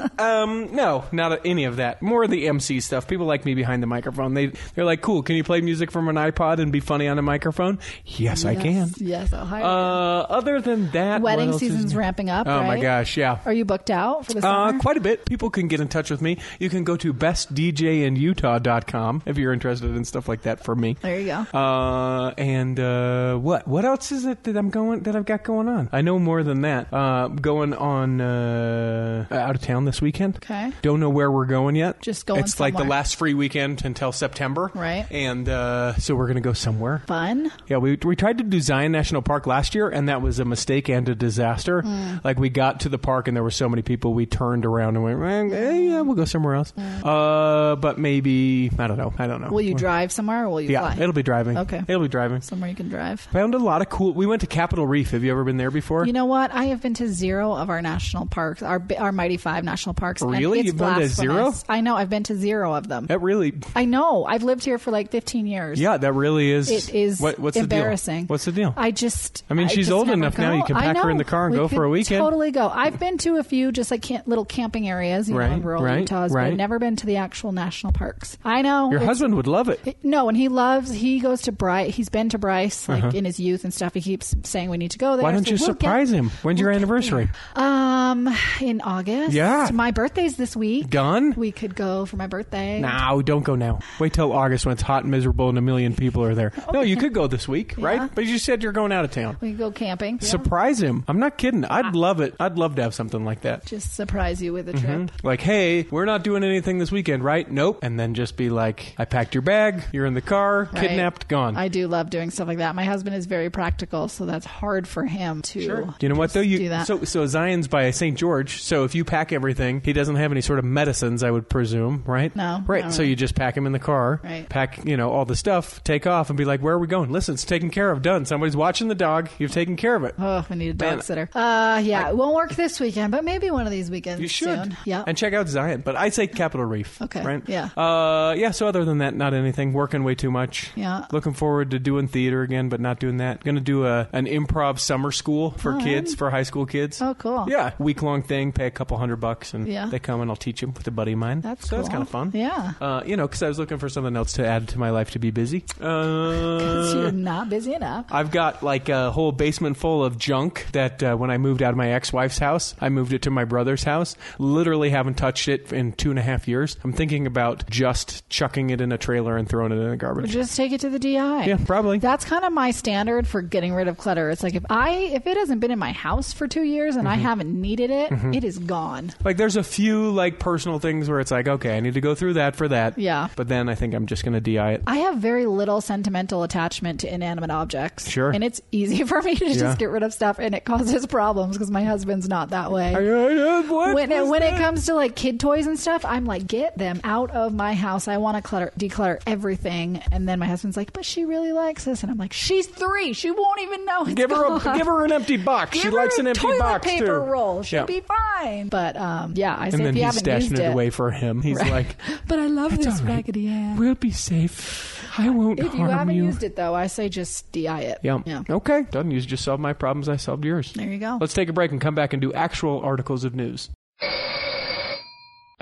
[SPEAKER 2] twos. um, no, not any of that. More of the MC stuff. People like me behind the microphone. They they're like, cool. Can you play music from an iPod and be funny on a microphone? Yes, I can.
[SPEAKER 3] Yes, yes I'll hire
[SPEAKER 2] Uh,
[SPEAKER 3] you.
[SPEAKER 2] other than that, what
[SPEAKER 3] Wedding
[SPEAKER 2] else is
[SPEAKER 3] season's
[SPEAKER 2] new?
[SPEAKER 3] ramping up.
[SPEAKER 2] Oh my
[SPEAKER 3] right?
[SPEAKER 2] gosh, yeah.
[SPEAKER 3] Are you booked out for the summer?
[SPEAKER 2] Uh, quite a bit. People can get in touch with me. You can go to bestdjinutah.com if you're interested in stuff like that from me.
[SPEAKER 3] There you go.
[SPEAKER 2] Uh, and uh, what what? What else is it that I'm going that I've got going on? I know more than that. Uh, going on uh, out of town this weekend.
[SPEAKER 3] Okay.
[SPEAKER 2] Don't know where we're going yet.
[SPEAKER 3] Just going
[SPEAKER 2] It's like the
[SPEAKER 3] somewhere.
[SPEAKER 2] last free weekend until September.
[SPEAKER 3] Right.
[SPEAKER 2] And uh, so we're gonna go somewhere.
[SPEAKER 3] Fun.
[SPEAKER 2] Yeah, we, we tried to do Zion National Park last year, and that was a mistake and a disaster.
[SPEAKER 3] Hmm.
[SPEAKER 2] Like, we got to the park, and there were so many people, we turned around and went, eh, eh, yeah, we'll go somewhere else. Uh, but maybe, I don't know. I don't know.
[SPEAKER 3] Hmm. Will you drive somewhere or will you
[SPEAKER 2] Yeah,
[SPEAKER 3] fly?
[SPEAKER 2] it'll be driving.
[SPEAKER 3] Okay.
[SPEAKER 2] It'll be driving.
[SPEAKER 3] somewhere you can drive.
[SPEAKER 2] Found a lot of cool. We went to Capitol Reef. Have you ever been there before?
[SPEAKER 3] You know what? I have been to zero of our national parks, our bi- our mighty five national parks. and
[SPEAKER 2] Really?
[SPEAKER 3] it's
[SPEAKER 2] You've been to zero?
[SPEAKER 3] blasphemous. I know. I've been to zero of them.
[SPEAKER 2] that really,
[SPEAKER 3] I know. I've lived here for like 15 years.
[SPEAKER 2] yeah, that really is.
[SPEAKER 3] It is
[SPEAKER 2] what, what's
[SPEAKER 3] embarrassing.
[SPEAKER 2] The deal? What's the deal?
[SPEAKER 3] I just.
[SPEAKER 2] I mean, she's
[SPEAKER 3] just
[SPEAKER 2] old
[SPEAKER 3] never
[SPEAKER 2] enough now,
[SPEAKER 3] go.
[SPEAKER 2] you can
[SPEAKER 3] I
[SPEAKER 2] pack her in the
[SPEAKER 3] know.
[SPEAKER 2] car and
[SPEAKER 3] We
[SPEAKER 2] go for
[SPEAKER 3] could
[SPEAKER 2] a weekend.
[SPEAKER 3] Totally go. I've been to a few just like camp, little camping areas, you know,
[SPEAKER 2] Right,
[SPEAKER 3] in rural
[SPEAKER 2] right,
[SPEAKER 3] Utah's, but
[SPEAKER 2] right.
[SPEAKER 3] I've never been to the actual national parks. I know.
[SPEAKER 2] Your
[SPEAKER 3] it's-
[SPEAKER 2] husband would love it.
[SPEAKER 3] No, and he loves. He goes to Bryce. He's been to Bryce like in his youth and stuff. He keeps saying we need to go there.
[SPEAKER 2] Uh-huh. Why don't
[SPEAKER 3] So
[SPEAKER 2] you
[SPEAKER 3] we'll get-
[SPEAKER 2] surprise him? When's your
[SPEAKER 3] we'll get
[SPEAKER 2] anniversary?
[SPEAKER 3] there. Um, in August.
[SPEAKER 2] Yeah.
[SPEAKER 3] my birthday's this week.
[SPEAKER 2] Done?
[SPEAKER 3] We could go for my birthday.
[SPEAKER 2] No, don't go now. Wait till August when it's hot and miserable and a million people are there. No, you could go this week,
[SPEAKER 3] Yeah.
[SPEAKER 2] right? But you said you're going out of town.
[SPEAKER 3] We could go camping.
[SPEAKER 2] Surprise him. I'm not kidding. I'd love it. I'd love to have something like that.
[SPEAKER 3] Just surprise you with a trip.
[SPEAKER 2] Like, hey, we're not doing anything this weekend, right? Nope. And then just be like, I packed your bag, you're in the car,
[SPEAKER 3] Right.
[SPEAKER 2] kidnapped, gone.
[SPEAKER 3] I do love doing stuff like that. My husband is very practical, so that's hard for him to.
[SPEAKER 2] Sure. You know what though? You
[SPEAKER 3] do that.
[SPEAKER 2] so so Zion's by St. George. So if you pack everything, he doesn't have any sort of medicines, I would presume, right?
[SPEAKER 3] No,
[SPEAKER 2] Right.
[SPEAKER 3] not
[SPEAKER 2] So
[SPEAKER 3] really.
[SPEAKER 2] you just pack him in the car,
[SPEAKER 3] Right.
[SPEAKER 2] pack you know all the stuff, take off, and be like, "Where are we going? Listen, it's taken care of. Done. Somebody's watching the dog. You've taken care of it.
[SPEAKER 3] Oh, we need a dog
[SPEAKER 2] Man.
[SPEAKER 3] sitter. Uh, yeah, it won't work this weekend, but maybe one of these weekends.
[SPEAKER 2] You should.
[SPEAKER 3] Soon. Yeah.
[SPEAKER 2] And check out Zion. But I'd say Capitol Reef.
[SPEAKER 3] Okay.
[SPEAKER 2] Right?
[SPEAKER 3] Yeah.
[SPEAKER 2] Uh, yeah, so other than that, not anything. Working way too much.
[SPEAKER 3] Yeah.
[SPEAKER 2] Looking forward to doing theater again, but not doing that. Gonna do a an improv summer school for kids, for high school kids.
[SPEAKER 3] Oh, cool.
[SPEAKER 2] Yeah. Week long thing, pay a couple hundred bucks and
[SPEAKER 3] Yeah.
[SPEAKER 2] they come and I'll teach them with a buddy of mine.
[SPEAKER 3] That's
[SPEAKER 2] so that's
[SPEAKER 3] cool.
[SPEAKER 2] kind of fun.
[SPEAKER 3] Yeah.
[SPEAKER 2] Uh, you know, because I was looking for something else to add to my life to be busy. Uh,
[SPEAKER 3] So you're not busy enough.
[SPEAKER 2] I've got like a whole basement full of junk that uh, when I moved out of my ex wife's house, I moved it to my brother's house. Literally haven't touched it in two and a half years. I'm thinking about just chucking it in a trailer and throwing it in the garbage.
[SPEAKER 3] Just take it to the DI.
[SPEAKER 2] Yeah, probably.
[SPEAKER 3] That's kind of my standard for getting rid of clutter. It's like if I if it hasn't been in my house for two years and I
[SPEAKER 2] Mm-hmm.
[SPEAKER 3] haven't needed it, it is gone.
[SPEAKER 2] Like there's a few like personal things where it's like, okay, I need to go through that for that.
[SPEAKER 3] Yeah.
[SPEAKER 2] But then I think I'm just going to DI it.
[SPEAKER 3] I have very little sentimental attachment to inanimate objects.
[SPEAKER 2] Sure.
[SPEAKER 3] And it's easy for me to
[SPEAKER 2] Yeah.
[SPEAKER 3] just get rid of stuff, and it causes problems because my husband's not that way.
[SPEAKER 2] What
[SPEAKER 3] when it,
[SPEAKER 2] was
[SPEAKER 3] when it
[SPEAKER 2] that?
[SPEAKER 3] comes to like kid toys and stuff, I'm like, get them out of my house. I want to clutter, declutter everything. And then my husband's like, but she really likes this, and I'm like, she's three. She won't even know. It's
[SPEAKER 2] Give her,
[SPEAKER 3] gone."
[SPEAKER 2] a, give her an empty box.
[SPEAKER 3] Give
[SPEAKER 2] she
[SPEAKER 3] her
[SPEAKER 2] likes
[SPEAKER 3] a
[SPEAKER 2] an empty
[SPEAKER 3] toilet
[SPEAKER 2] box
[SPEAKER 3] paper
[SPEAKER 2] too.
[SPEAKER 3] roll. She'll
[SPEAKER 2] Yeah.
[SPEAKER 3] be fine. But um, yeah, I
[SPEAKER 2] and
[SPEAKER 3] say if
[SPEAKER 2] then
[SPEAKER 3] you
[SPEAKER 2] he's
[SPEAKER 3] haven't
[SPEAKER 2] stashing
[SPEAKER 3] used
[SPEAKER 2] it, away for him. He's
[SPEAKER 3] Right.
[SPEAKER 2] like,
[SPEAKER 3] but I love
[SPEAKER 2] It's
[SPEAKER 3] this
[SPEAKER 2] all right.
[SPEAKER 3] raggedy hand.
[SPEAKER 2] "We'll be safe. I won't
[SPEAKER 3] If you
[SPEAKER 2] harm
[SPEAKER 3] haven't
[SPEAKER 2] you."
[SPEAKER 3] used it though, I say just DI it.
[SPEAKER 2] Yeah. Okay. Done. You just solved my problems. I solved yours.
[SPEAKER 3] There you go.
[SPEAKER 2] Let's take a break and come back and do actual articles of news.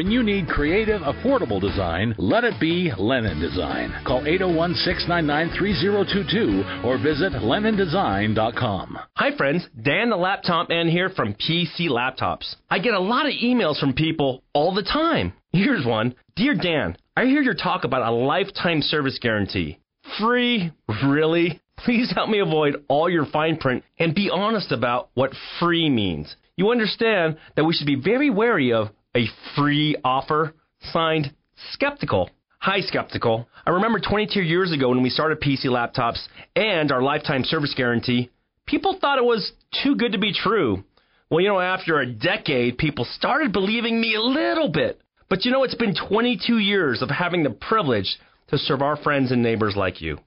[SPEAKER 4] When you need creative, affordable design, let it be Lennon Design. Call 801 699 3022 or visit LennonDesign.com.
[SPEAKER 5] Hi, friends. Dan the Laptop Man here from PC Laptops. I get a lot of emails from people all the time. Here's one Dear Dan, I hear your talk about a lifetime service guarantee. Free? Really? Please help me avoid all your fine print and be honest about what free means. You understand that we should be very wary of a free offer? Signed, Skeptical. Hi, Skeptical. I remember 22 years ago when we started PC Laptops and our lifetime service guarantee people thought it was too good to be true. Well, you know, after a decade, people started believing me a little bit. But you know, it's been 22 years of having the privilege to serve our friends and neighbors like you.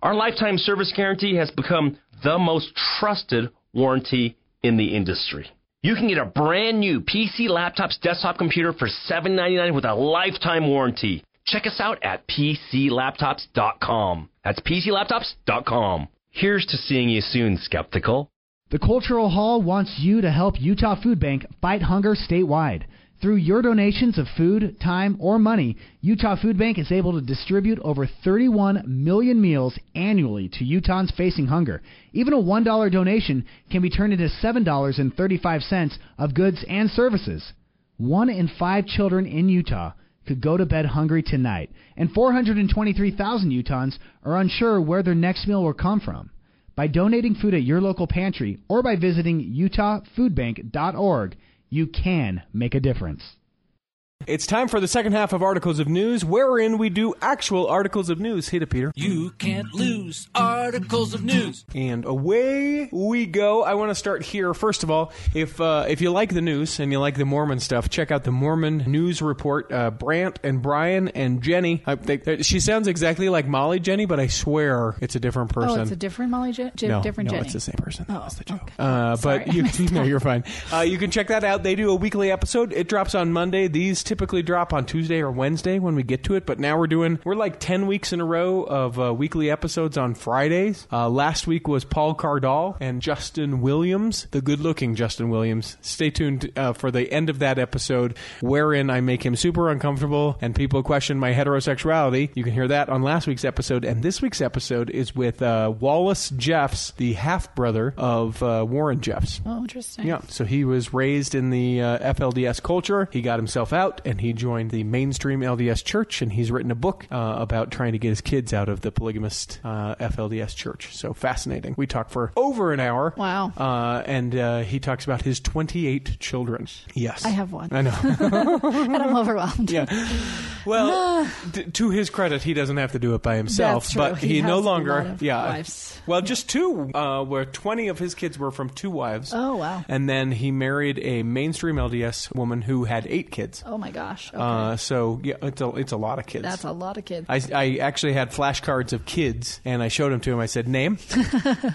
[SPEAKER 5] Our lifetime service guarantee has become the most trusted warranty in the industry. You can get a brand new PC Laptops desktop computer for $7.99 with a lifetime warranty. Check us out at PCLaptops.com. That's PCLaptops.com. Here's to seeing you soon, skeptical.
[SPEAKER 6] The Cultural Hall wants you to help Utah Food Bank fight hunger statewide. Through your donations of food, time, or money, Utah Food Bank is able to distribute over 31 million meals annually to Utahns facing hunger. Even a $1 donation can be turned into $7.35 of goods and services. One in five children in Utah could go to bed hungry tonight, and 423,000 Utahns are unsure where their next meal will come from. By donating food at your local pantry or by visiting utahfoodbank.org, you can make a difference.
[SPEAKER 2] It's time for the second half of Articles of News, wherein we do actual articles of news. Hit it, Peter.
[SPEAKER 1] You can't lose articles of news.
[SPEAKER 2] And away we go. I want to start here. First of all, if uh, if you like the news and you like the Mormon stuff, check out the Mormon News Report. Uh, Brant and Brian and Jenny. I, they, they- she sounds exactly like Molly Jenny, but I swear it's a different person.
[SPEAKER 3] Oh, it's a different Molly J- J-
[SPEAKER 2] no,
[SPEAKER 3] different
[SPEAKER 2] no,
[SPEAKER 3] Jenny.
[SPEAKER 2] it's the same person.
[SPEAKER 3] Oh,
[SPEAKER 2] That's the joke.
[SPEAKER 3] okay.
[SPEAKER 2] Uh,
[SPEAKER 3] Sorry,
[SPEAKER 2] but
[SPEAKER 3] I
[SPEAKER 2] you,
[SPEAKER 3] missed
[SPEAKER 2] no,
[SPEAKER 3] that.
[SPEAKER 2] you're fine. Uh, you can check that out. They do a weekly episode. It drops on Monday. These typically drop on Tuesday or Wednesday when we get to it. But now we're doing we're like ten weeks in a row of uh, weekly episodes on Fridays. Uh, last week was Paul Cardall and Justin Williams, the good-looking Justin Williams. Stay tuned uh, for the end of that episode, wherein I make him super uncomfortable and people question my heterosexuality. You can hear that on last week's episode. And this week's episode is with uh, Wallace Jeffs, the half brother of uh, Warren Jeffs.
[SPEAKER 3] Oh, interesting.
[SPEAKER 2] Yeah, so he was raised in the uh, FLDS culture. He got himself out and he joined the mainstream LDS church, and he's written a book uh, about trying to get his kids out of the polygamist uh, FLDS church. So fascinating. We talked for over an hour.
[SPEAKER 3] Wow.
[SPEAKER 2] Uh, and uh, he talks about his 28 children. Yes.
[SPEAKER 3] I have one.
[SPEAKER 2] I know.
[SPEAKER 3] and I'm overwhelmed.
[SPEAKER 2] Yeah. Well, d- to his credit, he doesn't have to do it by himself.
[SPEAKER 3] That's true.
[SPEAKER 2] But he,
[SPEAKER 3] He
[SPEAKER 2] no
[SPEAKER 3] has a
[SPEAKER 2] longer.
[SPEAKER 3] lot of
[SPEAKER 2] yeah.
[SPEAKER 3] wives.
[SPEAKER 2] Well, just two. Uh, where twenty of his kids were from two wives.
[SPEAKER 3] Oh, wow.
[SPEAKER 2] And then he married a mainstream LDS woman who had eight kids.
[SPEAKER 3] Oh my gosh. Okay.
[SPEAKER 2] Uh, so yeah, it's a it's a lot of kids.
[SPEAKER 3] That's a lot of kids.
[SPEAKER 2] I, I actually had flashcards of kids, and I showed them to him. I said, "Name."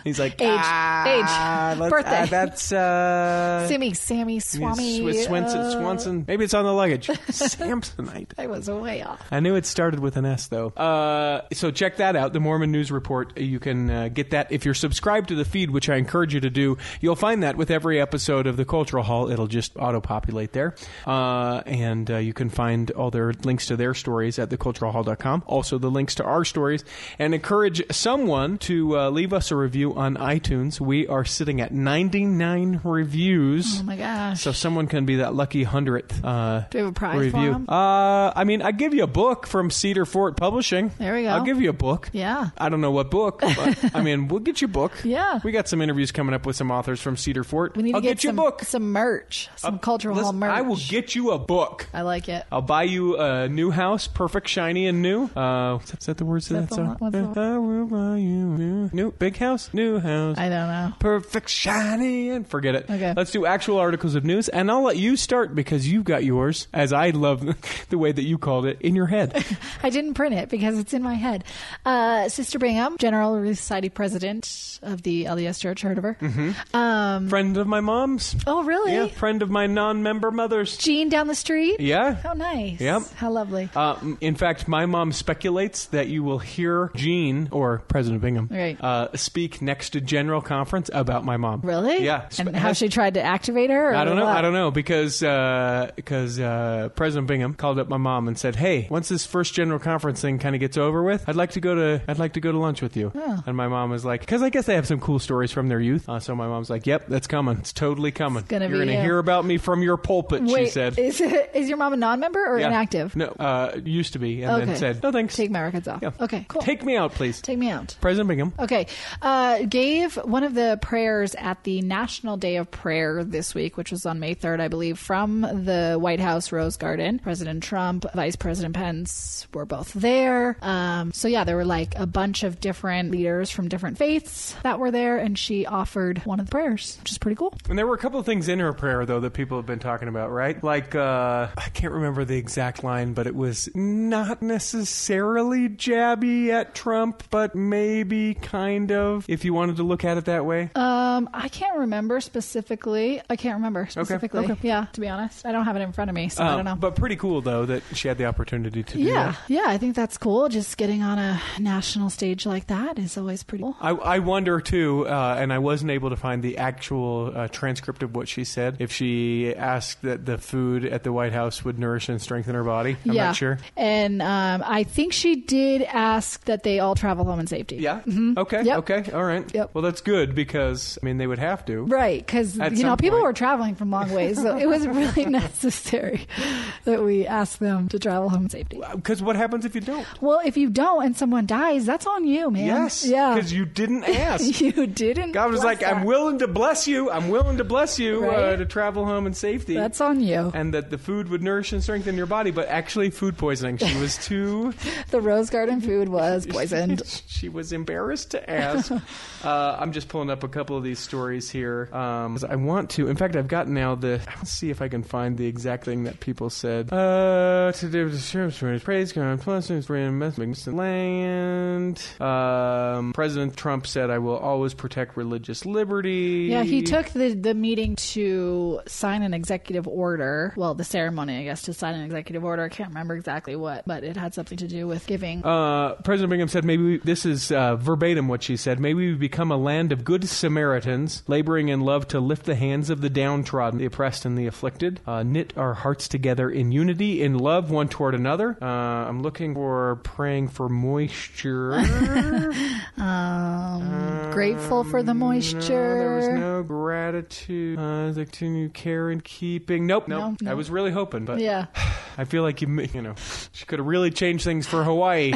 [SPEAKER 2] He's like,
[SPEAKER 3] Age.
[SPEAKER 2] "Ah,
[SPEAKER 3] Age.
[SPEAKER 2] let's-
[SPEAKER 3] Birthday."
[SPEAKER 2] ah, that's uh,
[SPEAKER 3] Sammy, Sammy, Swami.
[SPEAKER 2] Sw- Swenson.
[SPEAKER 3] uh,
[SPEAKER 2] Swanson. Maybe it's on the luggage. Samsonite.
[SPEAKER 3] I was way off.
[SPEAKER 2] I knew it started with an S, though. Uh, so check that out, the Mormon News Report. You can uh, get that if you're subscribed to the feed, which I encourage you to do. You'll find that with every episode of the Cultural Hall, it'll just auto-populate there, uh, and uh, you can find all their links to their stories at theculturalhall.com. Also, the links to our stories, and encourage someone to uh, leave us a review on iTunes. We are sitting at 99 reviews.
[SPEAKER 3] Oh my gosh.
[SPEAKER 2] So someone can be that lucky hundredth. Uh,
[SPEAKER 3] Do we have a prize
[SPEAKER 2] review.
[SPEAKER 3] for 'em?
[SPEAKER 2] Uh, I mean, I give you a book from Cedar Fort Publishing.
[SPEAKER 3] There we go.
[SPEAKER 2] I'll give you a book.
[SPEAKER 3] Yeah.
[SPEAKER 2] I don't know what book, but I mean, we'll get you a book.
[SPEAKER 3] Yeah.
[SPEAKER 2] We got some interviews coming up with some authors from Cedar Fort.
[SPEAKER 3] we need to
[SPEAKER 2] I'll
[SPEAKER 3] get,
[SPEAKER 2] get, you
[SPEAKER 3] some,
[SPEAKER 2] a book. Uh,
[SPEAKER 3] some merch, some cultural hall
[SPEAKER 2] Listen,
[SPEAKER 3] merch.
[SPEAKER 2] I will get you a book.
[SPEAKER 3] I like it.
[SPEAKER 2] I'll buy you a new house, perfect, shiny, and new. Uh, is that- is that the words to that
[SPEAKER 3] That's a
[SPEAKER 2] song?
[SPEAKER 3] lot. What's the-
[SPEAKER 2] I will buy you a new, new big house, new house.
[SPEAKER 3] I don't know.
[SPEAKER 2] Perfect, shiny, and forget it.
[SPEAKER 3] Okay.
[SPEAKER 2] Let's do actual articles of news, and I'll let you start because you've got yours, as I love the way that you called it, in your head.
[SPEAKER 3] I didn't print it because it's in my head. Uh, Sister Bingham, General Relief Society president of the LDS Church, heard of her? Um,
[SPEAKER 2] friend of my mom's.
[SPEAKER 3] oh, really?
[SPEAKER 2] Mm-hmm. Yeah, friend of my non member mother's.
[SPEAKER 3] Jean down the street?
[SPEAKER 2] Yeah.
[SPEAKER 3] How nice.
[SPEAKER 2] Yep.
[SPEAKER 3] How lovely.
[SPEAKER 2] Uh, m- in fact, my mom speculates that you will hear Gene or President Bingham
[SPEAKER 3] Right.
[SPEAKER 2] uh, speak next to General Conference about my mom.
[SPEAKER 3] really?
[SPEAKER 2] Yeah. Spe-
[SPEAKER 3] And how she tried to activate her? Or
[SPEAKER 2] I don't know.
[SPEAKER 3] what?
[SPEAKER 2] I don't know because uh, because uh, President Bingham called up my mom and said, "Hey, once this first general conference thing kind of gets over with, I'd like to go to I'd like to go to lunch with you."
[SPEAKER 3] Oh.
[SPEAKER 2] And my mom was like, "Because I guess they have some cool stories from their youth." Uh, so my mom's like, "Yep, that's coming. It's totally coming.
[SPEAKER 3] gonna
[SPEAKER 2] You're
[SPEAKER 3] be
[SPEAKER 2] gonna
[SPEAKER 3] you."
[SPEAKER 2] hear about me from your pulpit,"
[SPEAKER 3] Wait,
[SPEAKER 2] she said.
[SPEAKER 3] Is, is your mom a non member or
[SPEAKER 2] Yeah.
[SPEAKER 3] inactive?
[SPEAKER 2] No, uh, used to be, and then
[SPEAKER 3] Okay.
[SPEAKER 2] said, "No thanks.
[SPEAKER 3] Take my records off.
[SPEAKER 2] Yeah.
[SPEAKER 3] Okay, cool.
[SPEAKER 2] Take me out, please."
[SPEAKER 3] Take me out.
[SPEAKER 2] President Bingham.
[SPEAKER 3] Okay. Uh, gave one of the prayers at the National Day of Prayer this week, which was on May 3rd, I believe, from the White House Rose Garden. President Trump, Vice President Pence were both there. Um, so, yeah, there were like a bunch of different leaders from different faiths that were there, and she offered one of the prayers, which is pretty cool.
[SPEAKER 2] And there were a couple of things in her prayer, though, that people have been talking about, right? Like, uh, I can't remember the exact line, but it was not necessarily jabby at Trump, but maybe kind of, if you wanted to look at it that way.
[SPEAKER 3] Um, I can't remember specifically. I can't remember specifically.
[SPEAKER 2] okay.
[SPEAKER 3] Yeah, to be honest, I don't have it in front of me, so I
[SPEAKER 2] Um,
[SPEAKER 3] don't know.
[SPEAKER 2] But pretty cool though that she had the opportunity to. Do
[SPEAKER 3] yeah,
[SPEAKER 2] that.
[SPEAKER 3] yeah, I think that's cool. Just getting on a national stage like that is always pretty cool.
[SPEAKER 2] I, I wonder too, uh, and I wasn't able to find the actual uh, transcript of what she said. If she asked that the food at the White House would nourish and strengthen her body, I'm
[SPEAKER 3] yeah,
[SPEAKER 2] not sure.
[SPEAKER 3] And um, I think she did ask that they all travel home in safety.
[SPEAKER 2] Yeah. Okay.
[SPEAKER 3] Yep.
[SPEAKER 2] Okay. All right.
[SPEAKER 3] Yep.
[SPEAKER 2] Well, that's good because I mean they would have to.
[SPEAKER 3] Right, because
[SPEAKER 2] At
[SPEAKER 3] you know
[SPEAKER 2] some
[SPEAKER 3] people
[SPEAKER 2] point.
[SPEAKER 3] were traveling from long ways, so it was really necessary that we asked them to travel home in safety.
[SPEAKER 2] Because what happens if you don't?
[SPEAKER 3] Well, if you don't and someone dies, that's on you, man.
[SPEAKER 2] Yes.
[SPEAKER 3] yeah,
[SPEAKER 2] Because you didn't ask.
[SPEAKER 3] you didn't.
[SPEAKER 2] God was
[SPEAKER 3] bless
[SPEAKER 2] like, I'm
[SPEAKER 3] that.
[SPEAKER 2] willing to bless you. I'm willing to bless you uh,
[SPEAKER 3] Right?
[SPEAKER 2] to travel home in safety.
[SPEAKER 3] That's on you.
[SPEAKER 2] and that the food would nourish and strengthen your body, but actually food poisoning. She was too
[SPEAKER 3] The Rose Garden food was poisoned.
[SPEAKER 2] she was embarrassed to ask. Uh, I'm just pulling up a couple of these stories here. Um, 'cause I want to. In fact, I've got now the. Let's see if I can find the exact thing that people said. Uh, to David the Sheriff's Praise, praise God, plus his brand, investment, land. Um, President Trump said, "I will always protect religious liberty."
[SPEAKER 3] Yeah, he took the, the meeting to sign an executive order. Well, the ceremony, I guess, to sign an executive order. I can't remember exactly what, but it had something to do with giving.
[SPEAKER 2] Uh, President Bingham said, "Maybe we, this is uh, verbatim what she said. Maybe we become a land of good Samaritans, laboring in love to lift the hands of the downtrodden, the oppressed, and the afflicted. Uh, knit our hearts together in unity, in love, one toward another." Uh, I'm looking for praying for moisture.
[SPEAKER 3] um, grateful for the
[SPEAKER 2] No, Uh, there was
[SPEAKER 3] moisture.
[SPEAKER 2] no gratitude. Uh, the continued care and keeping. Nope, nope.
[SPEAKER 3] No,
[SPEAKER 2] I
[SPEAKER 3] no.
[SPEAKER 2] was really hoping, but
[SPEAKER 3] yeah.
[SPEAKER 2] I feel like you, you know, she could have really changed things for Hawaii.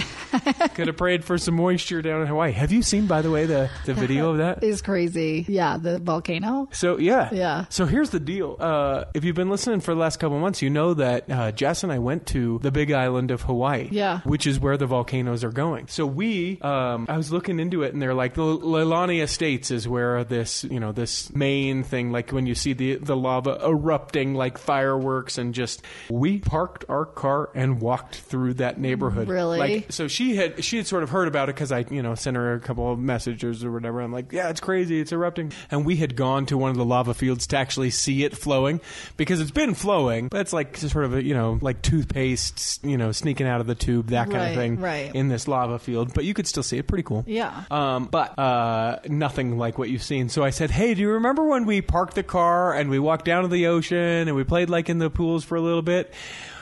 [SPEAKER 2] could have prayed for some moisture down in Hawaii. Have you seen, by the way, the the video of that?
[SPEAKER 3] Is crazy. Yeah, the volcano.
[SPEAKER 2] So yeah,
[SPEAKER 3] Yeah.
[SPEAKER 2] So here's the deal. Uh, if you've been listening for the last couple months, you know that uh, Jess and I went to the Big Island of Hawaii.
[SPEAKER 3] Yeah.
[SPEAKER 2] which is where the volcanoes are going. So we, um, I was looking into it, and they're like the Leilani Estates is where this, you know, this main thing. Like when you see the the lava erupting like fireworks, and just we parked our car and walked through that neighborhood.
[SPEAKER 3] Really?
[SPEAKER 2] Like so she had she had sort of heard about it because I you know sent her a couple of messages or whatever. I'm like, yeah, it's crazy, it's erupting, and we had gone to one of the lava fields to actually see it flowing because it's been flowing, but it's like sort of a, you know like toothpaste you know sneaking out of the tube that kind
[SPEAKER 3] Right,
[SPEAKER 2] of thing
[SPEAKER 3] right.
[SPEAKER 2] in this lava field, but you could still see it. Pretty cool.
[SPEAKER 3] Yeah.
[SPEAKER 2] Um, but uh, nothing like what you've seen. So I said, hey, do you remember when we parked the car and we walked down to the ocean and we played like in the pools for a little bit?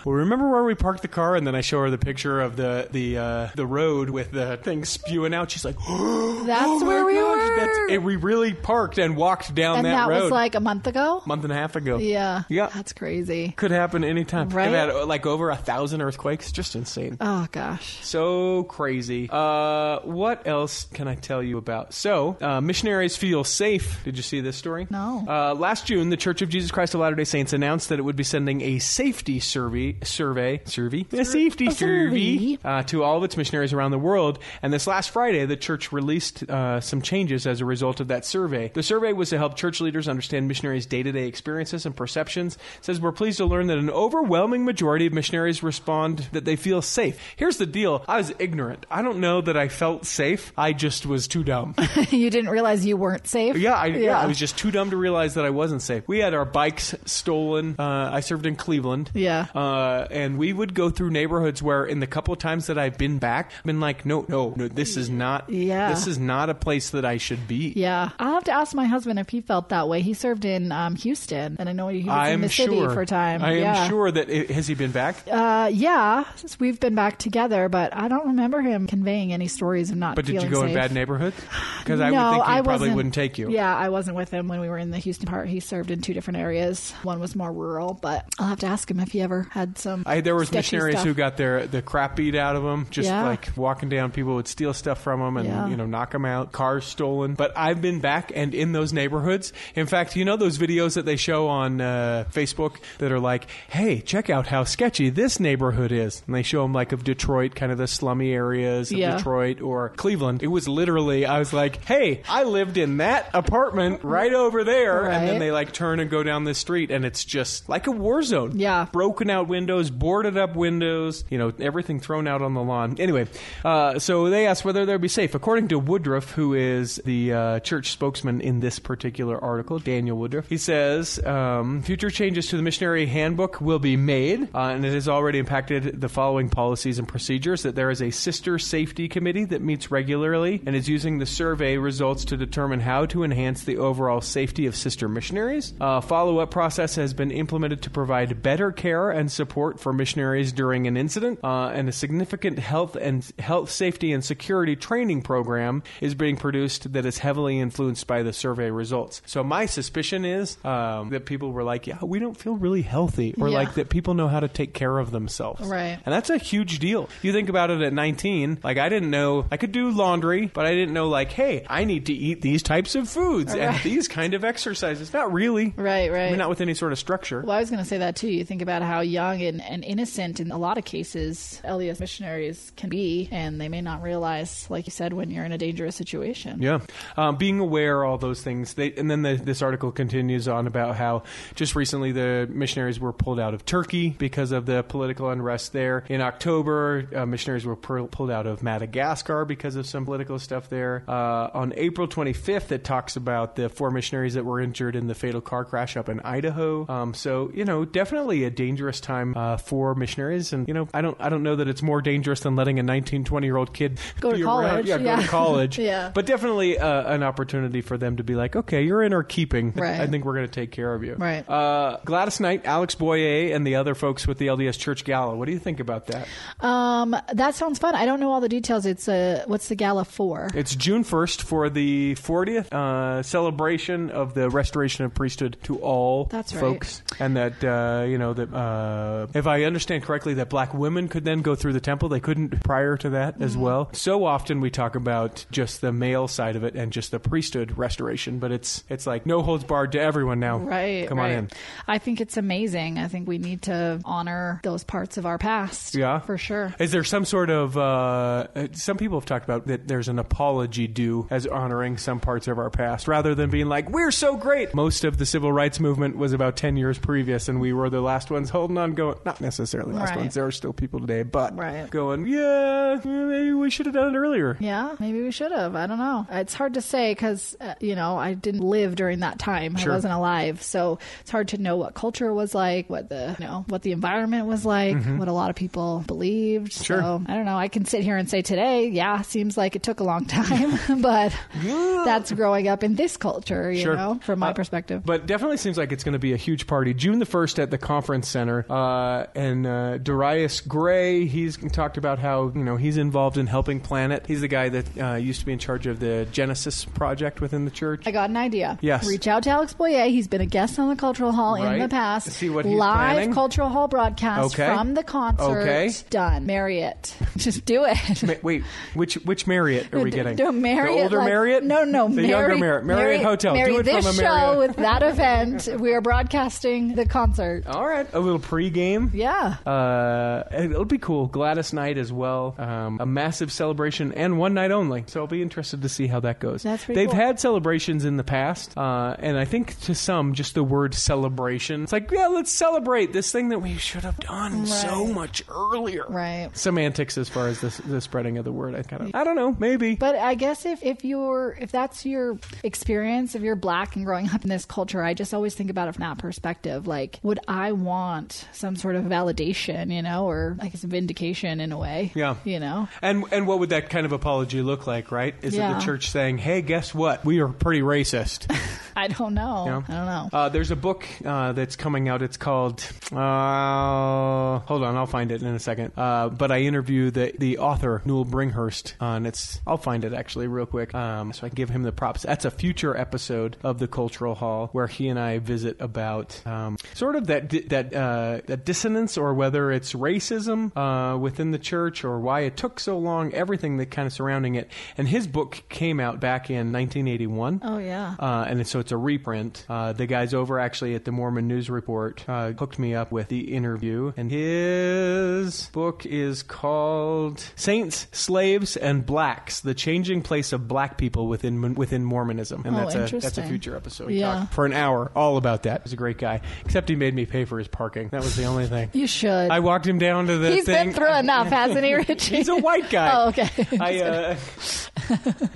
[SPEAKER 2] Well, remember where we parked the car? And then I show her the picture of the the uh, the road with the thing spewing out. She's like, "Oh my
[SPEAKER 3] where we
[SPEAKER 2] gosh,
[SPEAKER 3] were."
[SPEAKER 2] That's, and we really parked and walked down
[SPEAKER 3] And
[SPEAKER 2] that,
[SPEAKER 3] that,
[SPEAKER 2] road
[SPEAKER 3] was like a month ago?
[SPEAKER 2] a month and a half ago.
[SPEAKER 3] Yeah.
[SPEAKER 2] Yeah.
[SPEAKER 3] That's crazy.
[SPEAKER 2] Could happen anytime.
[SPEAKER 3] Right?
[SPEAKER 2] I've had uh, like over a thousand earthquakes. Just insane.
[SPEAKER 3] Oh, gosh.
[SPEAKER 2] So crazy. Uh, what else can I tell you about? So, uh, missionaries feel safe. Did you see this story?
[SPEAKER 3] No.
[SPEAKER 2] Uh, last June, the Church of Jesus Christ of Latter Day Saints announced that it would be sending a safety survey, survey, survey, a safety survey
[SPEAKER 3] survey.
[SPEAKER 2] uh, to all of its missionaries around the world. And this last Friday, the church released uh, some changes as a result of that survey. The survey was to help church leaders understand missionaries' day-to-day experiences and perceptions. It says we're pleased to learn that an overwhelming majority of missionaries respond that they feel safe. Here's the deal: I was ignorant. I don't know that I felt safe. I just was too dumb.
[SPEAKER 3] you didn't realize you weren't safe?
[SPEAKER 2] Yeah, I, yeah. I was just too dumb to realize that I wasn't safe. We had our bikes stolen. Uh, I served in Cleveland.
[SPEAKER 3] Yeah.
[SPEAKER 2] uh, and we would go through neighborhoods where, in the couple times that I've been back, I've been like, no, no, no, this is not.
[SPEAKER 3] Yeah.
[SPEAKER 2] this is not a place that I should be.
[SPEAKER 3] Yeah, I'll have to ask my husband if he felt that way. He served in um, Houston, and I know he was in
[SPEAKER 2] I'm
[SPEAKER 3] the
[SPEAKER 2] sure.
[SPEAKER 3] city for a time.
[SPEAKER 2] I am
[SPEAKER 3] yeah.
[SPEAKER 2] sure that it, has he been back?
[SPEAKER 3] Uh, yeah, since we've been back together, but I don't remember him conveying any stories of not.
[SPEAKER 2] but did you
[SPEAKER 3] feeling
[SPEAKER 2] go in
[SPEAKER 3] safe.
[SPEAKER 2] bad neighborhoods? Because I
[SPEAKER 3] no,
[SPEAKER 2] would think he
[SPEAKER 3] I
[SPEAKER 2] probably
[SPEAKER 3] wasn't-
[SPEAKER 2] wouldn't take you.
[SPEAKER 3] Yeah, I wasn't with him when we were in the Houston part. He served in two different areas. One was more rural, but I'll have to ask him if he ever had some.
[SPEAKER 2] I, there was
[SPEAKER 3] sketchy
[SPEAKER 2] missionaries
[SPEAKER 3] stuff.
[SPEAKER 2] who got their the crap beat out of them, just
[SPEAKER 3] Yeah.
[SPEAKER 2] like walking down. People would steal stuff from them and
[SPEAKER 3] Yeah.
[SPEAKER 2] you know knock them out. Cars stolen. But I've been back and in those neighborhoods. In fact, you know those videos that they show on uh, Facebook that are like, "Hey, check out how sketchy this neighborhood is," and they show them like of Detroit, kind of the slummy areas of
[SPEAKER 3] Yeah.
[SPEAKER 2] Detroit or Cleveland. It was literally, I was like, "Hey, I lived in that apartment right over there," and then
[SPEAKER 3] Right.
[SPEAKER 2] they like turn and go down this street, and it's just like a war zone.
[SPEAKER 3] Yeah.
[SPEAKER 2] broken out windows windows, boarded up windows, you know, everything thrown out on the lawn. Anyway, uh, so they asked whether they'd be safe. According to Woodruff, who is the uh, church spokesman in this particular article, Daniel Woodruff, he says um, future changes to the missionary handbook will be made, uh, and it has already impacted the following policies and procedures that there is a sister safety committee that meets regularly and is using the survey results to determine how to enhance the overall safety of sister missionaries. Uh, Follow up process has been implemented to provide better care and support for missionaries during an incident, uh, and a significant health and health safety and security training program is being produced that is heavily influenced by the survey results. So my suspicion is um, that people were like, "Yeah, we don't feel really healthy," or
[SPEAKER 3] Yeah.
[SPEAKER 2] like that people know how to take care of themselves.
[SPEAKER 3] Right.
[SPEAKER 2] And that's a huge deal. You think about it at 19, like I didn't know I could do laundry, but I didn't know like, hey, I need to eat these types of foods and
[SPEAKER 3] Right.
[SPEAKER 2] these kind of exercises. Not really.
[SPEAKER 3] Right,
[SPEAKER 2] I
[SPEAKER 3] right.
[SPEAKER 2] mean, not with any sort of structure.
[SPEAKER 3] Well, I was going to say that too. You think about how young and, and innocent, in a lot of cases, LDS missionaries can be, and they may not realize, like you said, when you're in a dangerous situation.
[SPEAKER 2] Yeah, um, being aware, all those things. They, and then the, this article continues on about how just recently the missionaries were pulled out of Turkey because of the political unrest there. In October, uh, missionaries were pur- pulled out of Madagascar because of some political stuff there. Uh, on April 25th, it talks about the four missionaries that were injured in the fatal car crash up in Idaho. Um, so you know, definitely a dangerous time uh, for missionaries. And you know, I don't, I don't know that it's more dangerous than letting a 19, 20 year old kid
[SPEAKER 3] Go to
[SPEAKER 2] be around-
[SPEAKER 3] college,
[SPEAKER 2] Yeah, go
[SPEAKER 3] yeah.
[SPEAKER 2] to college.
[SPEAKER 3] Yeah.
[SPEAKER 2] But definitely uh, an opportunity for them to be like, okay, you're in our keeping.
[SPEAKER 3] Right.
[SPEAKER 2] I think we're going to take care of you.
[SPEAKER 3] Right.
[SPEAKER 2] Uh, Gladys Knight, Alex Boyer, and the other folks with the LDS Church Gala. What do you think about that?
[SPEAKER 3] Um, that sounds fun. I don't know all the details. It's a what's the gala for?
[SPEAKER 2] It's June 1st for the 40th uh, celebration of the restoration of priesthood to all
[SPEAKER 3] That's right.
[SPEAKER 2] folks. And that, uh, you know, that uh, if I understand correctly, that black women could then go through the temple. They couldn't prior to that
[SPEAKER 3] Mm-hmm.
[SPEAKER 2] as well. So often we talk about just the male side of it and just the priesthood restoration, but it's it's like no holds barred to everyone now.
[SPEAKER 3] Right.
[SPEAKER 2] Come
[SPEAKER 3] right.
[SPEAKER 2] on in.
[SPEAKER 3] I think it's amazing. I think we need to honor those parts of our past.
[SPEAKER 2] Yeah.
[SPEAKER 3] For sure.
[SPEAKER 2] Is there some sort of, uh, some people have talked about that there's an apology due as honoring some parts of our past rather than being like, we're so great. Most of the civil rights movement was about 10 years previous and we were the last ones holding on going, not necessarily last
[SPEAKER 3] Right.
[SPEAKER 2] ones. There are still people today, but
[SPEAKER 3] Right.
[SPEAKER 2] going, yeah, maybe we should have done it earlier.
[SPEAKER 3] Yeah, maybe we should have. I don't know. It's hard to say because, uh, you know, I didn't live during that time.
[SPEAKER 2] Sure.
[SPEAKER 3] I wasn't alive. So it's hard to know what culture was like, what the, you know, what the environment was like, what a lot of people believed.
[SPEAKER 2] Mm-hmm. Sure.
[SPEAKER 3] So I don't know. I can sit here and say today, yeah, seems like it took a long time, but that's growing up in this culture, you
[SPEAKER 2] Sure.
[SPEAKER 3] know, from my perspective.
[SPEAKER 2] But definitely seems like it's going to be a huge party. June the 1st at the conference center. Uh, and uh, Darius Gray, he's talked about how, you know, he's involved in helping Planet. He's the guy that uh, used to be in charge of the Genesis project within the church.
[SPEAKER 3] I got an idea.
[SPEAKER 2] Yes.
[SPEAKER 3] Reach out to Alex Boyer. He's been a guest on the Cultural Hall
[SPEAKER 2] Right.
[SPEAKER 3] in the past.
[SPEAKER 2] See what he's
[SPEAKER 3] Live
[SPEAKER 2] planning.
[SPEAKER 3] Cultural Hall broadcast
[SPEAKER 2] Okay.
[SPEAKER 3] from the concert.
[SPEAKER 2] Okay.
[SPEAKER 3] Done. Marry it. Just do it.
[SPEAKER 2] Ma- Wait, which which Marriott are we
[SPEAKER 3] D-
[SPEAKER 2] getting?
[SPEAKER 3] No, Marriott.
[SPEAKER 2] the older
[SPEAKER 3] like-
[SPEAKER 2] Marriott?
[SPEAKER 3] No, no,
[SPEAKER 2] the
[SPEAKER 3] Marriott.
[SPEAKER 2] younger Marriott. Marriott Hotel.
[SPEAKER 3] Marry
[SPEAKER 2] Do it
[SPEAKER 3] this
[SPEAKER 2] from a Marriott.
[SPEAKER 3] show with that event. We are broadcasting the concert.
[SPEAKER 2] All right, a little pregame.
[SPEAKER 3] Yeah.
[SPEAKER 2] Uh, it'll be cool. Gladys Night as well. Um, a massive celebration and one night only. So I'll be interested to see how that goes.
[SPEAKER 3] That's pretty
[SPEAKER 2] They've
[SPEAKER 3] cool.
[SPEAKER 2] had celebrations in the past, uh, and I think to some, just the word celebration, it's like, yeah, let's celebrate this thing that we should have done so
[SPEAKER 3] Right.
[SPEAKER 2] much earlier.
[SPEAKER 3] Right.
[SPEAKER 2] Semantics as far as the, the spreading of the word. I kind of, I don't know, maybe.
[SPEAKER 3] But I guess if if you're if that's your experience, if you're black and growing up in this culture, I just always think about it from that perspective. Like, would I want some sort of validation, you know, or I guess vindication in a way?
[SPEAKER 2] Yeah.
[SPEAKER 3] You know.
[SPEAKER 2] And and what would that kind of apology look like, right? Is it
[SPEAKER 3] Yeah.
[SPEAKER 2] the church saying, "Hey, guess what? We are pretty racist."
[SPEAKER 3] I don't know.
[SPEAKER 2] You know?
[SPEAKER 3] Oh, I don't know.
[SPEAKER 2] Uh, there's a book uh, that's coming out. It's called. Uh, hold on, I'll find it in a second. Uh, but I interview the the author Newell Bringhurst, uh, and it's I'll find it actually real quick, um, so I can give him the props. That's a future episode of the Cultural Hall where he and I visit about um, sort of that di- that uh, that dissonance or whether it's racism uh, within the church or why it took so long, everything that kind of surrounding it. And his book came out back in 1981.
[SPEAKER 3] oh yeah.
[SPEAKER 2] Uh, and so it's it's a reprint. Uh, the guys over actually at the Mormon News Report uh, hooked me up with the interview, and his book is called "Saints, Slaves, and Blacks: The Changing Place of Black People Within Mon- Within Mormonism." And
[SPEAKER 3] Oh,
[SPEAKER 2] that's a that's a
[SPEAKER 3] interesting.
[SPEAKER 2] future episode. We
[SPEAKER 3] Yeah.
[SPEAKER 2] talked for an hour all about that. He's a great guy, except he made me pay for his parking. That was the only thing.
[SPEAKER 3] You should.
[SPEAKER 2] I walked him down to the
[SPEAKER 3] He's
[SPEAKER 2] thing.
[SPEAKER 3] been through enough, hasn't he, Richie?
[SPEAKER 2] He's a white guy.
[SPEAKER 3] Oh, okay.
[SPEAKER 2] I, uh,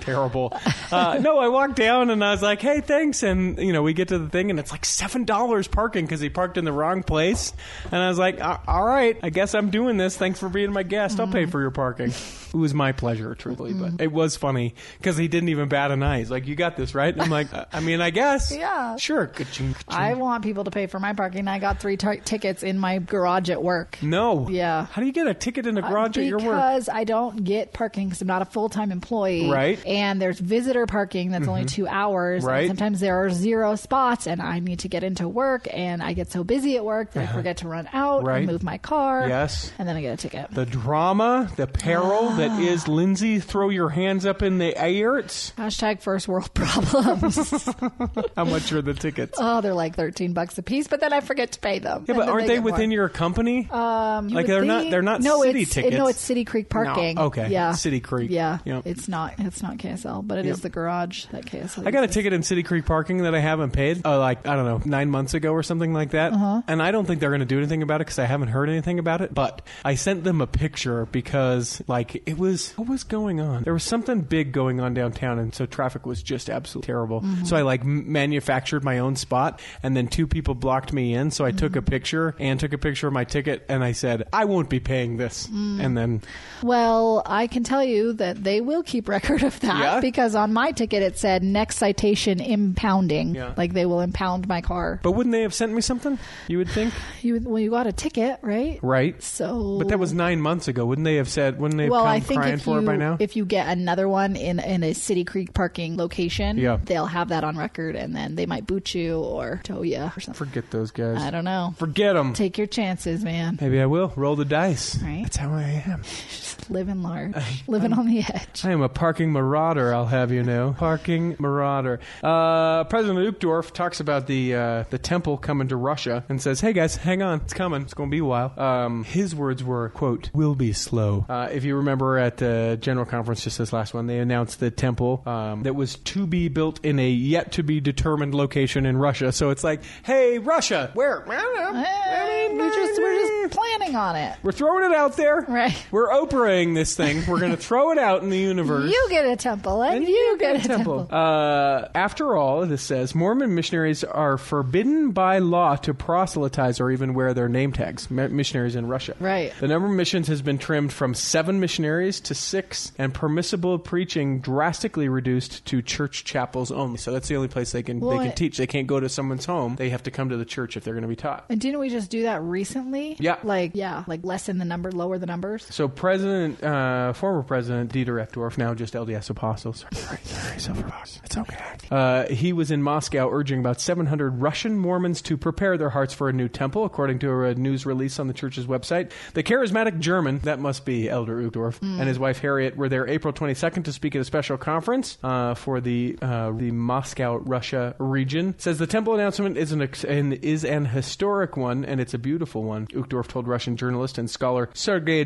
[SPEAKER 2] terrible. Uh, no, I walked down and I was like, "Hey, thanks." And you know, we get to the thing, and it's like seven dollars parking because he parked in the wrong place. And I was like, "A- "All right, I guess I'm doing this. Thanks for being my guest. I'll
[SPEAKER 3] Mm-hmm.
[SPEAKER 2] pay for your parking." It was my pleasure, truthfully, but it was funny because he didn't even bat an eye. He's like, "You got this, right?" And I'm like, "I I mean, I guess,
[SPEAKER 3] Yeah.
[SPEAKER 2] sure." Ka-ching, ka-ching.
[SPEAKER 3] I want people to pay for my parking. I got three ti- tickets in my garage at work.
[SPEAKER 2] no.
[SPEAKER 3] Yeah. Uh,
[SPEAKER 2] How do you get a ticket in a garage at your work?
[SPEAKER 3] Because I don't get parking because I'm not a full time employee.
[SPEAKER 2] Right. Mm-hmm.
[SPEAKER 3] And there's visitor parking that's only two hours. and
[SPEAKER 2] Right.
[SPEAKER 3] sometimes there are zero spots, and I need to get into work, and I get so busy at work that I forget to run out
[SPEAKER 2] Uh-huh. Right.
[SPEAKER 3] and move my car.
[SPEAKER 2] Yes.
[SPEAKER 3] And then I get a ticket.
[SPEAKER 2] The drama, the peril that is Lindsay, throw your hands up in the air.
[SPEAKER 3] Hashtag first world problems.
[SPEAKER 2] How much are the tickets?
[SPEAKER 3] oh, they're like 13 bucks a piece, but then I forget to pay them.
[SPEAKER 2] yeah, but aren't they, within your company?
[SPEAKER 3] Um, you
[SPEAKER 2] like,
[SPEAKER 3] would
[SPEAKER 2] they're not-
[SPEAKER 3] think-
[SPEAKER 2] they're not
[SPEAKER 3] no,
[SPEAKER 2] city
[SPEAKER 3] it's,
[SPEAKER 2] tickets.
[SPEAKER 3] No, it's City Creek parking.
[SPEAKER 2] No. Okay.
[SPEAKER 3] Yeah.
[SPEAKER 2] City Creek.
[SPEAKER 3] Yeah.
[SPEAKER 2] Yep.
[SPEAKER 3] It's not. It's not KSL, but it is
[SPEAKER 2] Yep.
[SPEAKER 3] the garage that KSL.
[SPEAKER 2] I got a
[SPEAKER 3] uses.
[SPEAKER 2] ticket in City Creek parking that I haven't paid, uh, like, I don't know, nine months ago or something like that. And I don't think they're going to do anything about it because I haven't heard anything about it. But I sent them a picture because, like, it was, what was going on? There was something big going on downtown. And so traffic was just absolutely terrible. So I, like, m- manufactured my own spot. And then two people blocked me in. So I took a picture and took a picture of my ticket. And I said, I won't be paying this. And then,
[SPEAKER 3] Well, I can tell you that they will keep record of that
[SPEAKER 2] Yeah?
[SPEAKER 3] because on my ticket it said next citation impounding.
[SPEAKER 2] Yeah.
[SPEAKER 3] Like they will impound my car.
[SPEAKER 2] but wouldn't they have sent me something? You would think,
[SPEAKER 3] you well, you got a ticket, right?
[SPEAKER 2] right?
[SPEAKER 3] So,
[SPEAKER 2] But that was nine months ago. Wouldn't they have said? Wouldn't they have
[SPEAKER 3] well.
[SPEAKER 2] come
[SPEAKER 3] I think
[SPEAKER 2] crying
[SPEAKER 3] if
[SPEAKER 2] for
[SPEAKER 3] you
[SPEAKER 2] it by now?
[SPEAKER 3] if you get another one in in a City Creek parking location,
[SPEAKER 2] Yeah.
[SPEAKER 3] they'll have that on record, and then they might boot you or tow you or something.
[SPEAKER 2] Forget those guys.
[SPEAKER 3] I don't know.
[SPEAKER 2] Forget them.
[SPEAKER 3] Take your chances, man.
[SPEAKER 2] Maybe I will roll the dice.
[SPEAKER 3] Right.
[SPEAKER 2] That's how I am.
[SPEAKER 3] Just living large, living on the edge.
[SPEAKER 2] I am a parking marauder. I'll have you know, parking marauder. Uh, President Uchtdorf talks about the uh, the temple coming to Russia and says, "Hey guys, hang on, it's coming. It's going to be a while." Um, his words were, "quote Will be slow." Uh, if you remember at the general conference, just this last one, they announced the temple um, that was to be built in a yet to be determined location in Russia. So it's like, "Hey, Russia, where?"
[SPEAKER 3] Eh, we're just we're just planning on it.
[SPEAKER 2] We're throwing it out there.
[SPEAKER 3] Right.
[SPEAKER 2] We're Oprahing this thing. We're going to throw it out in the universe.
[SPEAKER 3] You get a temple, and, you, get, a temple.
[SPEAKER 2] Uh, after all, this says Mormon missionaries are forbidden by law to proselytize or even wear their name tags. mi- missionaries in Russia,
[SPEAKER 3] Right.
[SPEAKER 2] The number of missions has been trimmed from seven missionaries to six, and permissible preaching drastically reduced to church chapels only. So that's the only place they can
[SPEAKER 3] Well,
[SPEAKER 2] they can
[SPEAKER 3] it-
[SPEAKER 2] teach. They can't go to someone's home. They have to come to the church if they're going to be taught.
[SPEAKER 3] And didn't we just do that recently?
[SPEAKER 2] Yeah.
[SPEAKER 3] Like yeah, like lessen the number, lower the numbers.
[SPEAKER 2] So, President, uh, former President Dieter F. Dorf, now just LDS Apostle. Sorry, sorry, sorry, Silver Fox. It's okay. Uh, he was in Moscow urging about 700 Russian Mormons to prepare their hearts for a new temple, according to a news release on the church's website. The charismatic German, that must be Elder Uchtdorf, and his wife Harriet were there April 22nd to speak at a special conference uh, for the uh, the Moscow, Russia region. Says the temple announcement is an ex- an, is an historic one, and it's a beautiful one. Uchtdorf told Russian journalist and scholar Sergei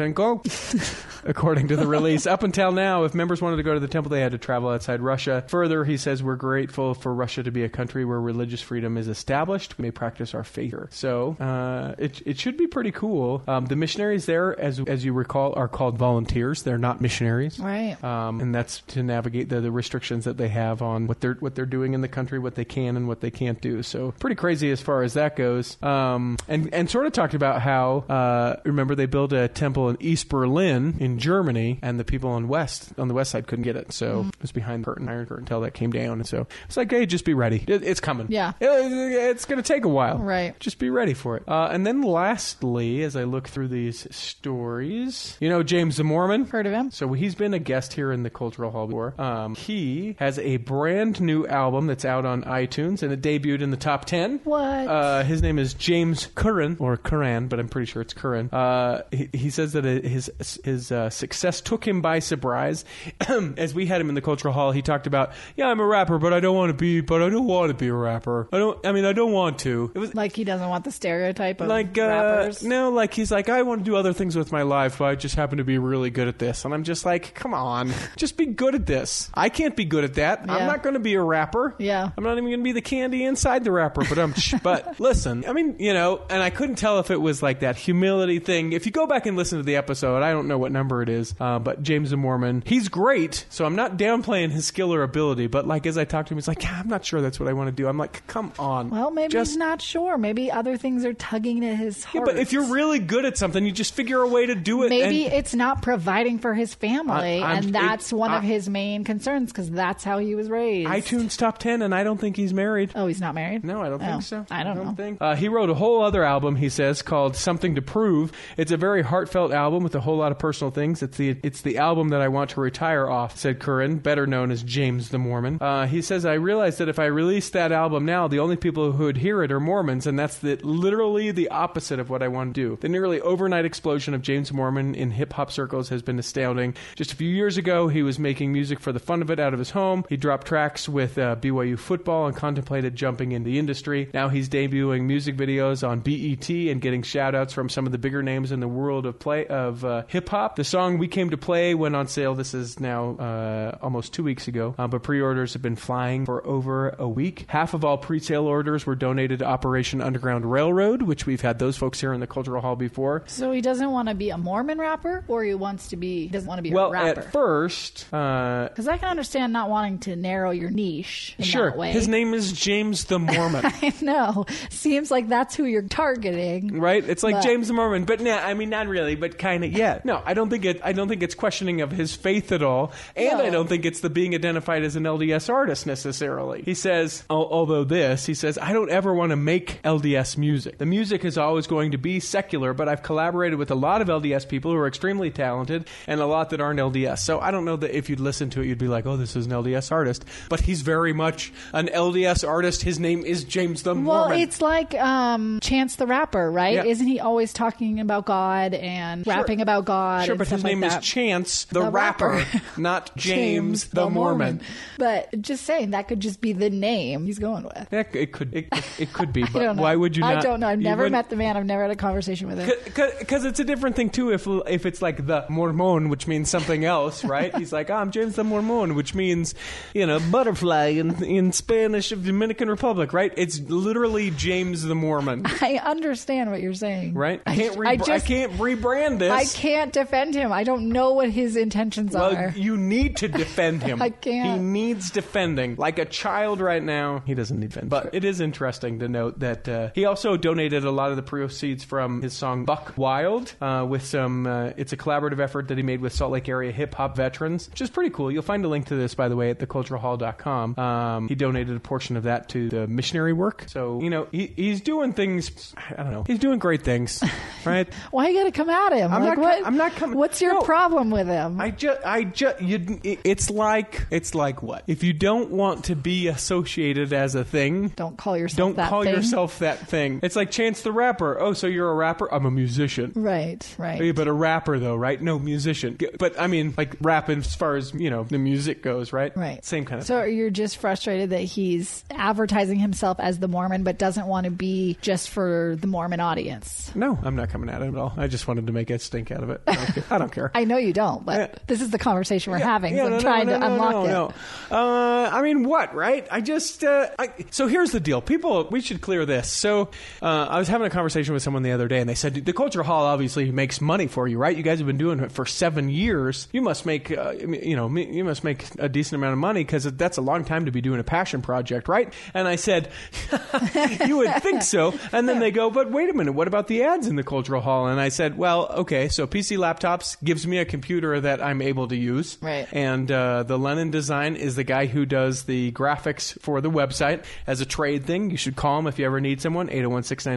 [SPEAKER 2] Yergyanenko, according to the release. Up until now, if members wanted to go to the temple, they had to travel outside Russia. Further, he says, "We're grateful for Russia to be a country where religious freedom is established. We may practice our faith here." So uh, it it should be pretty cool. Um, the missionaries there, as as you recall, are called volunteers. They're not missionaries
[SPEAKER 3] Right.
[SPEAKER 2] um, and that's to navigate the, the restrictions that they have on what they're what they're doing in the country, what they can and what they can't do. So pretty crazy as far as that goes. Um, and and sort of talked about how uh, remember they built a temple in East Berlin in Germany, and the people on west on the west side couldn't get it,
[SPEAKER 3] Mm-hmm.
[SPEAKER 2] so it was behind the curtain, iron curtain, until that came down. And so it's like, hey, just be ready, it, it's coming.
[SPEAKER 3] Yeah.
[SPEAKER 2] It- it's going to take a while.
[SPEAKER 3] Right.
[SPEAKER 2] Just be ready for it. Uh, and then lastly, as I look through these stories, you know, James the Mormon.
[SPEAKER 3] Heard of him?
[SPEAKER 2] So he's been a guest here in the Cultural Hall before. Um, he has a brand new album that's out on iTunes and it debuted in the top 10.
[SPEAKER 3] What?
[SPEAKER 2] Uh, his name is James Curran, or Curran, but I'm pretty sure it's Curran. Uh, he, he says that it- his, his uh, success took him by surprise, as we had him in the cultural hall, he talked about, yeah, I'm a rapper, but I don't want to be, but I don't want to be a rapper. I don't. I mean, I don't want to. It was
[SPEAKER 3] Like he doesn't want the stereotype of
[SPEAKER 2] like uh,
[SPEAKER 3] rappers.
[SPEAKER 2] no, like he's like, I want to do other things with my life, but I just happen to be really good at this, and I'm just like, come on, just be good at this. I can't be good at that. I'm
[SPEAKER 3] Yeah.
[SPEAKER 2] not going to be a rapper.
[SPEAKER 3] Yeah.
[SPEAKER 2] I'm not even going to be the candy inside the wrapper. But I'm. but listen, I mean, you know, and I couldn't tell if it was like that humility thing. If you go back and listen to the episode, I don't know what number it is, uh, but James the Mormon, he's great. So I'm not downplaying his skill or ability, but like as I talked to him, he's like, "Yeah, I'm not sure that's what I want to do. I'm like, come on.
[SPEAKER 3] Well, maybe
[SPEAKER 2] just
[SPEAKER 3] he's not sure. Maybe other things are tugging at his
[SPEAKER 2] yeah,
[SPEAKER 3] heart.
[SPEAKER 2] but if you're really good at something, you just figure a way to do it.
[SPEAKER 3] maybe
[SPEAKER 2] and-
[SPEAKER 3] it's not providing for his family,
[SPEAKER 2] I- I'm-
[SPEAKER 3] and that's
[SPEAKER 2] it-
[SPEAKER 3] one of
[SPEAKER 2] I-
[SPEAKER 3] his main concerns because that's how he was raised.
[SPEAKER 2] iTunes top ten, and I don't think he's married.
[SPEAKER 3] Oh, he's not married.
[SPEAKER 2] No, I don't
[SPEAKER 3] Oh,
[SPEAKER 2] think so.
[SPEAKER 3] I don't, know.
[SPEAKER 2] Think. Uh, he wrote a whole other album. He says called "Something to Prove." It's a very heartfelt album with a whole lot of personal things. It's the it's the album that I want to retire off," said Curran, better known as James the Mormon. Uh, he says, "I realize that if I release that album now, the only people who would hear it are Mormons, and that's the, literally the opposite of what I want to do." The nearly overnight explosion of James Mormon in hip hop circles has been astounding. Just a few years ago, he was making music for the fun of it out of his home. He dropped tracks with uh, BYU football and contemplated jumping in the industry. Now he's debuting music videos on BET and getting shout outs from some of the bigger names in the world of play of uh, hip hop. The song "We Came to Play" went on sale. This is now uh, almost two weeks ago, uh, but pre-orders have been flying for over a week. Half of all pre-sale orders were donated to Operation Underground Railroad, which we've had those folks here in the Cultural Hall before.
[SPEAKER 3] So he doesn't want to be a Mormon rapper, or he wants to be doesn't want to be a
[SPEAKER 2] Well,
[SPEAKER 3] rapper.
[SPEAKER 2] at first, uh,
[SPEAKER 3] because I can understand not wanting to narrow your niche in
[SPEAKER 2] sure,
[SPEAKER 3] that way.
[SPEAKER 2] his name is James the Mormon.
[SPEAKER 3] no, seems like that's who you're targeting.
[SPEAKER 2] right? It's like
[SPEAKER 3] But-
[SPEAKER 2] James the Mormon, but nah, I mean not really, but kind of yeah. No, I don't think it. I don't think it's questioning of his faith at all, and
[SPEAKER 3] No.
[SPEAKER 2] I don't think it's the being identified as an LDS artist necessarily. He says, al- although this, he says, I don't ever want to make LDS music. The music is always going to be secular, but I've collaborated with a lot of LDS people who are extremely talented and a lot that aren't LDS. So I don't know that if you'd listen to it, you'd be like, oh, this is an LDS artist, but he's very much an LDS artist. His name is James the
[SPEAKER 3] Well,
[SPEAKER 2] Mormon.
[SPEAKER 3] it's like um, Chance the Rapper, right?
[SPEAKER 2] Yeah.
[SPEAKER 3] Isn't he always talking about God and rapping about God?
[SPEAKER 2] Sure,
[SPEAKER 3] and
[SPEAKER 2] but
[SPEAKER 3] stuff
[SPEAKER 2] his
[SPEAKER 3] like
[SPEAKER 2] name
[SPEAKER 3] that?
[SPEAKER 2] is Chance the,
[SPEAKER 3] The
[SPEAKER 2] rapper,
[SPEAKER 3] rapper.
[SPEAKER 2] not James, the, Mormon.
[SPEAKER 3] But just saying, that could just be the name he's going with.
[SPEAKER 2] Yeah, it could it, it could be,
[SPEAKER 3] I
[SPEAKER 2] but
[SPEAKER 3] don't know.
[SPEAKER 2] why would you? Not,
[SPEAKER 3] I don't know. I've
[SPEAKER 2] you
[SPEAKER 3] never
[SPEAKER 2] wouldn't-
[SPEAKER 3] met the man. I've never had a conversation with him.
[SPEAKER 2] because it's a different thing too. If if it's like the Mormon, which means something else, right? He's like, I'm James the Mormon, which means you know butterfly in in Spanish of Dominican Republic, right? It's literally James the Mormon,
[SPEAKER 3] I understand what you're saying.
[SPEAKER 2] right?
[SPEAKER 3] I,
[SPEAKER 2] I can't re-
[SPEAKER 3] I
[SPEAKER 2] I,
[SPEAKER 3] just,
[SPEAKER 2] can't rebrand this.
[SPEAKER 3] I can't defend him. I don't know what his intentions
[SPEAKER 2] Well,
[SPEAKER 3] are.
[SPEAKER 2] you need to defend him.
[SPEAKER 3] I can't.
[SPEAKER 2] He needs defending. Like a child right now, he doesn't need defend. But it is interesting to note that uh, he also donated a lot of the proceeds from his song Buck Wild uh, with some. Uh, it's a collaborative effort that he made with Salt Lake area hip hop veterans, which is pretty cool. You'll find a link to this, by the way, at theculturalhall.com. Um, he donated a portion of that to the missionary work. So you know, he, he's doing things. I don't know. He's doing great things, right?
[SPEAKER 3] Why you got to come at him?
[SPEAKER 2] I'm
[SPEAKER 3] Like,
[SPEAKER 2] not com-
[SPEAKER 3] what-
[SPEAKER 2] I'm not coming-
[SPEAKER 3] What's your
[SPEAKER 2] No.
[SPEAKER 3] problem with him?
[SPEAKER 2] I just, I just, you. it- It's like, it's like what? If you don't want to be associated as a thing,
[SPEAKER 3] don't call yourself.
[SPEAKER 2] don't
[SPEAKER 3] that
[SPEAKER 2] call
[SPEAKER 3] thing.
[SPEAKER 2] yourself that thing. It's like Chance the Rapper. Oh, so you're a rapper? I'm a musician.
[SPEAKER 3] Right. Right.
[SPEAKER 2] Yeah, but a rapper though, right? No musician. G- But I mean, like rap as far as you know the music goes, right?
[SPEAKER 3] Right.
[SPEAKER 2] Same kind of.
[SPEAKER 3] So you're just frustrated that he's advertising himself as the Mormon, but doesn't want to be just for the Mormon audience.
[SPEAKER 2] no, I'm not coming at it at all. I just wanted to make a stink out of it. I don't care. I don't care.
[SPEAKER 3] I know you don't, but
[SPEAKER 2] Yeah.
[SPEAKER 3] this is the conversation we're having.
[SPEAKER 2] Yeah,
[SPEAKER 3] so I'm
[SPEAKER 2] no, no,
[SPEAKER 3] trying
[SPEAKER 2] no,
[SPEAKER 3] to
[SPEAKER 2] no,
[SPEAKER 3] unlock
[SPEAKER 2] no,
[SPEAKER 3] it.
[SPEAKER 2] no. Uh, I mean, what, right? I just. Uh, I, so here's the deal. People, we should clear this. So uh, I was having a conversation with someone the other day, and they said, The Culture Hall obviously makes money for you, right? You guys have been doing it for seven years. You must make, uh, you know, me- you must make a decent amount of money because that's a long time to be doing a passion project, right? And I said, You would think so. And then they go, But wait a minute, what about the ads in the Cultural Hall? And I said, Well, okay, so PC Laptops gives me a computer that I'm able to use
[SPEAKER 3] Right.
[SPEAKER 2] and uh, the Lennon Design is the guy who does the graphics for the website as a trade thing. You should call him if you ever need someone.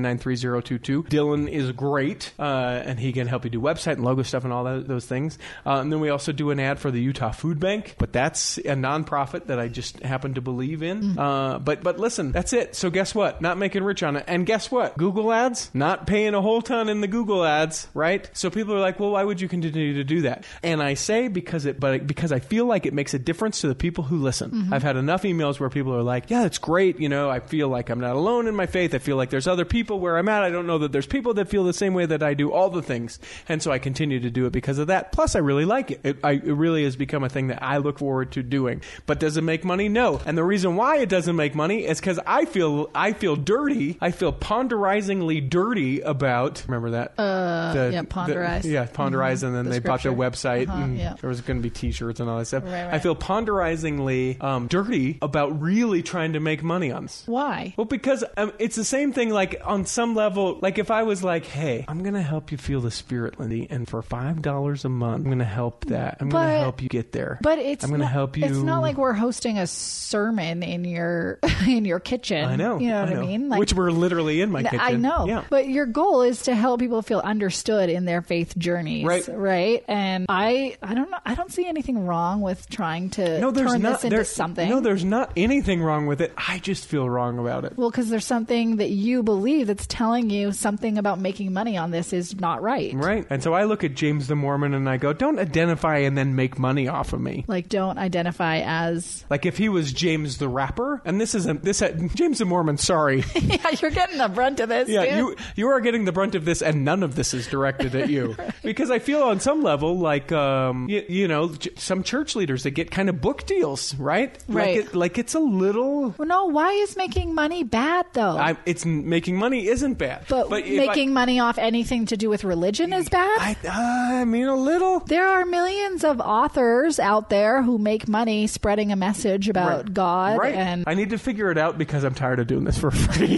[SPEAKER 2] 801-699-3022. Dylan is great, uh, and he can help you do website and logo stuff and all tho- those things. Uh, and then we also do an ad for the Utah Food Bank, but that's a nonprofit that I just happen to believe in. Uh, but but listen, that's it. So guess what? Not making rich on it. And guess what? Google ads, not paying a whole ton in the Google ads, right? So people are like, well, why would you continue to do that? And I say because it, but because I feel like it makes a difference to the people who listen. I've had enough emails where people are like, "Yeah, it's great," you know. I feel like I'm not alone in my faith. I feel like there's other people where I'm at. I don't know that there's people that feel the same way that I do. All the things, and so I continue to do it because of that. Plus, I really like it. It, I, it really has become a thing that I look forward to doing. But does it make money? No. And the reason why it doesn't make money is because I feel I feel dirty. I feel ponderizingly dirty about. Remember that? Uh,
[SPEAKER 3] yeah, ponderize. Mm-hmm.
[SPEAKER 2] yeah, ponderize, and then
[SPEAKER 3] The
[SPEAKER 2] they bought their
[SPEAKER 3] scripture.
[SPEAKER 2] website,
[SPEAKER 3] Uh-huh,
[SPEAKER 2] and
[SPEAKER 3] yeah.
[SPEAKER 2] there was going to be T-shirts and all that stuff.
[SPEAKER 3] Right, right.
[SPEAKER 2] I feel ponderizingly um, dirty about really trying to make money on this.
[SPEAKER 3] Why?
[SPEAKER 2] Well, because um, it's the same thing. Like on some level, like if I was like, "Hey, I'm gonna help you feel the spirit, Lindy, and for five dollars a month, I'm gonna help that. I'm
[SPEAKER 3] But-
[SPEAKER 2] gonna help you get there.
[SPEAKER 3] But it's
[SPEAKER 2] I'm gonna
[SPEAKER 3] not,
[SPEAKER 2] help you.
[SPEAKER 3] It's not like we're hosting a sermon in your in your kitchen.
[SPEAKER 2] I know.
[SPEAKER 3] You know what I, mean? Like,
[SPEAKER 2] Which we're literally in my kitchen.
[SPEAKER 3] I know.
[SPEAKER 2] Yeah.
[SPEAKER 3] But your goal is to help people feel understood in their faith journeys,
[SPEAKER 2] Right.
[SPEAKER 3] Right? And I, I don't know. I don't see anything wrong with trying to
[SPEAKER 2] no, there's
[SPEAKER 3] turn
[SPEAKER 2] not
[SPEAKER 3] this into
[SPEAKER 2] there-
[SPEAKER 3] something.
[SPEAKER 2] No, there's not anything wrong with it. I just feel wrong about it.
[SPEAKER 3] well, because there's something that you believe that's telling you something about making money on this is not right.
[SPEAKER 2] Right. And so I look at James the Mormon and I go, don't identify and then make money off of me.
[SPEAKER 3] Like, don't identify as.
[SPEAKER 2] Like if he was James the rapper, and this isn't this James the Mormon. Sorry,
[SPEAKER 3] yeah, you're getting the brunt of this.
[SPEAKER 2] yeah,
[SPEAKER 3] dude.
[SPEAKER 2] you you are getting the brunt of this, and none of this is directed at you because I feel on some level like um you, you know j- some church leaders that get kind of book deals, right?
[SPEAKER 3] Right.
[SPEAKER 2] Like, it, like it's a little.
[SPEAKER 3] Well, no, why is making money bad though?
[SPEAKER 2] I, it's making money isn't bad,
[SPEAKER 3] but
[SPEAKER 2] if I-
[SPEAKER 3] making money off anything to do with religion is bad?
[SPEAKER 2] I, I mean a little.
[SPEAKER 3] There are millions of authors out there who make money spreading a message about
[SPEAKER 2] Right.
[SPEAKER 3] God
[SPEAKER 2] right.
[SPEAKER 3] and
[SPEAKER 2] I need to figure it out because I'm tired of doing this for free.
[SPEAKER 3] he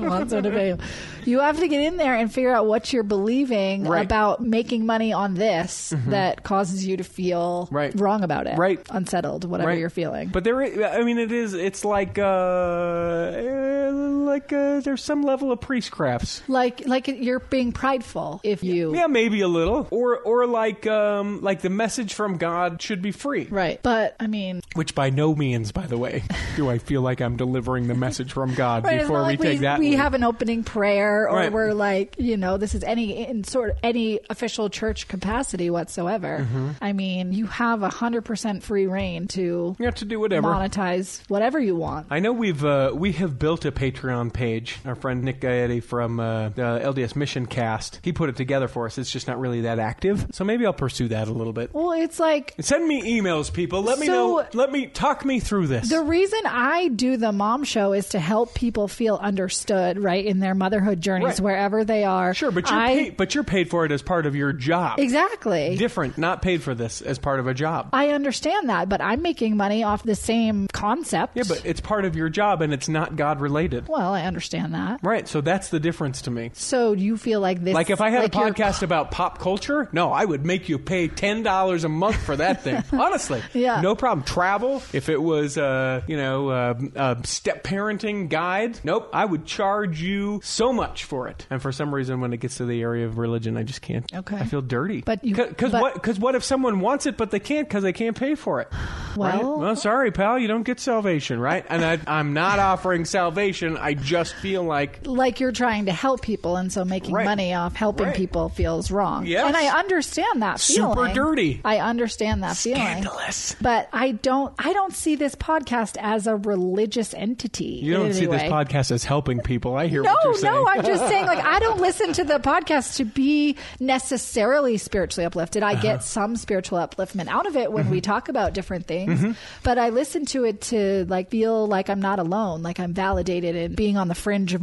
[SPEAKER 3] wants her to pay. him. You have to get in there and figure out what you're believing
[SPEAKER 2] Right. Mm-hmm.
[SPEAKER 3] about making money on this that causes you to feel
[SPEAKER 2] Right.
[SPEAKER 3] wrong about it,
[SPEAKER 2] Right.
[SPEAKER 3] Unsettled, whatever
[SPEAKER 2] Right.
[SPEAKER 3] you're feeling.
[SPEAKER 2] But there, i- I mean, it is. It's like, uh, eh, like uh, there's some level of priestcrafts.
[SPEAKER 3] like, like you're being prideful if you.
[SPEAKER 2] Yeah, maybe a little, or or like, um, like the message from God should be free.
[SPEAKER 3] Right. But I mean,
[SPEAKER 2] Which, by no means, by the way, do I feel like I'm delivering the message from God
[SPEAKER 3] right, it's
[SPEAKER 2] before
[SPEAKER 3] not
[SPEAKER 2] we
[SPEAKER 3] like
[SPEAKER 2] take that.
[SPEAKER 3] we
[SPEAKER 2] leap.
[SPEAKER 3] have an opening prayer or
[SPEAKER 2] Right.
[SPEAKER 3] we're like, you know, this is any in sort of any official church capacity whatsoever.
[SPEAKER 2] Mm-hmm.
[SPEAKER 3] I mean, you have a hundred percent free reign to
[SPEAKER 2] you have to do whatever.
[SPEAKER 3] monetize whatever you want.
[SPEAKER 2] I know we've uh, we have built a Patreon page. Our friend Nick Gaetti from uh, the LDS Mission Cast, he put it together for us. It's just not really that active, so maybe I'll pursue that a little bit.
[SPEAKER 3] Well, it's like
[SPEAKER 2] Send me emails, people. Let me
[SPEAKER 3] So-
[SPEAKER 2] know. Let me talk me through this.
[SPEAKER 3] The reason I do the mom show is to help people feel understood, right, in their motherhood journeys,
[SPEAKER 2] Right.
[SPEAKER 3] wherever they are.
[SPEAKER 2] sure, but you're
[SPEAKER 3] I-
[SPEAKER 2] paid, but you're paid for it as part of your job.
[SPEAKER 3] exactly.
[SPEAKER 2] Different, not paid for this as part of a job.
[SPEAKER 3] I understand that, but I'm making money off the same concept.
[SPEAKER 2] yeah, but it's part of your job, and it's not God related.
[SPEAKER 3] well, I understand that.
[SPEAKER 2] Right. So that's the difference to me.
[SPEAKER 3] So do you feel like this?
[SPEAKER 2] Like if I had a
[SPEAKER 3] you're-
[SPEAKER 2] podcast about pop culture, no, I would make you pay ten dollars a month for that thing. Honestly,
[SPEAKER 3] Yeah.
[SPEAKER 2] no problem. Travel, if it was, uh, you know, uh, uh, step parenting guide, nope, I would charge you so much for it. And for some reason, when it gets to the area of religion, I just can't.
[SPEAKER 3] Okay.
[SPEAKER 2] I feel dirty.
[SPEAKER 3] But you-
[SPEAKER 2] because
[SPEAKER 3] but-
[SPEAKER 2] what? Because what if someone wants it but they can't because they can't pay for it? right?
[SPEAKER 3] Well-
[SPEAKER 2] well, sorry, pal, you don't get salvation, right? And I, I'm not offering salvation. I just feel like
[SPEAKER 3] like you're trying to help people, and so making
[SPEAKER 2] Right.
[SPEAKER 3] money off helping
[SPEAKER 2] Right.
[SPEAKER 3] people feels wrong.
[SPEAKER 2] Yes.
[SPEAKER 3] and I understand that
[SPEAKER 2] Super
[SPEAKER 3] feeling.
[SPEAKER 2] dirty.
[SPEAKER 3] I understand that feeling.
[SPEAKER 2] scandalous.
[SPEAKER 3] But I don't. I don't see this podcast as a religious entity.
[SPEAKER 2] You
[SPEAKER 3] in
[SPEAKER 2] don't
[SPEAKER 3] any
[SPEAKER 2] see
[SPEAKER 3] way.
[SPEAKER 2] this podcast as helping people. I hear
[SPEAKER 3] No,
[SPEAKER 2] what you're saying.
[SPEAKER 3] no, I'm just saying, like, I don't listen to the podcast to be necessarily spiritually uplifted. I
[SPEAKER 2] Uh-huh.
[SPEAKER 3] get some spiritual upliftment out of it when we
[SPEAKER 2] Mm-hmm.
[SPEAKER 3] talk about different things, but I listen to it to, like, feel like I'm not alone, like I'm validated in being on the fringe of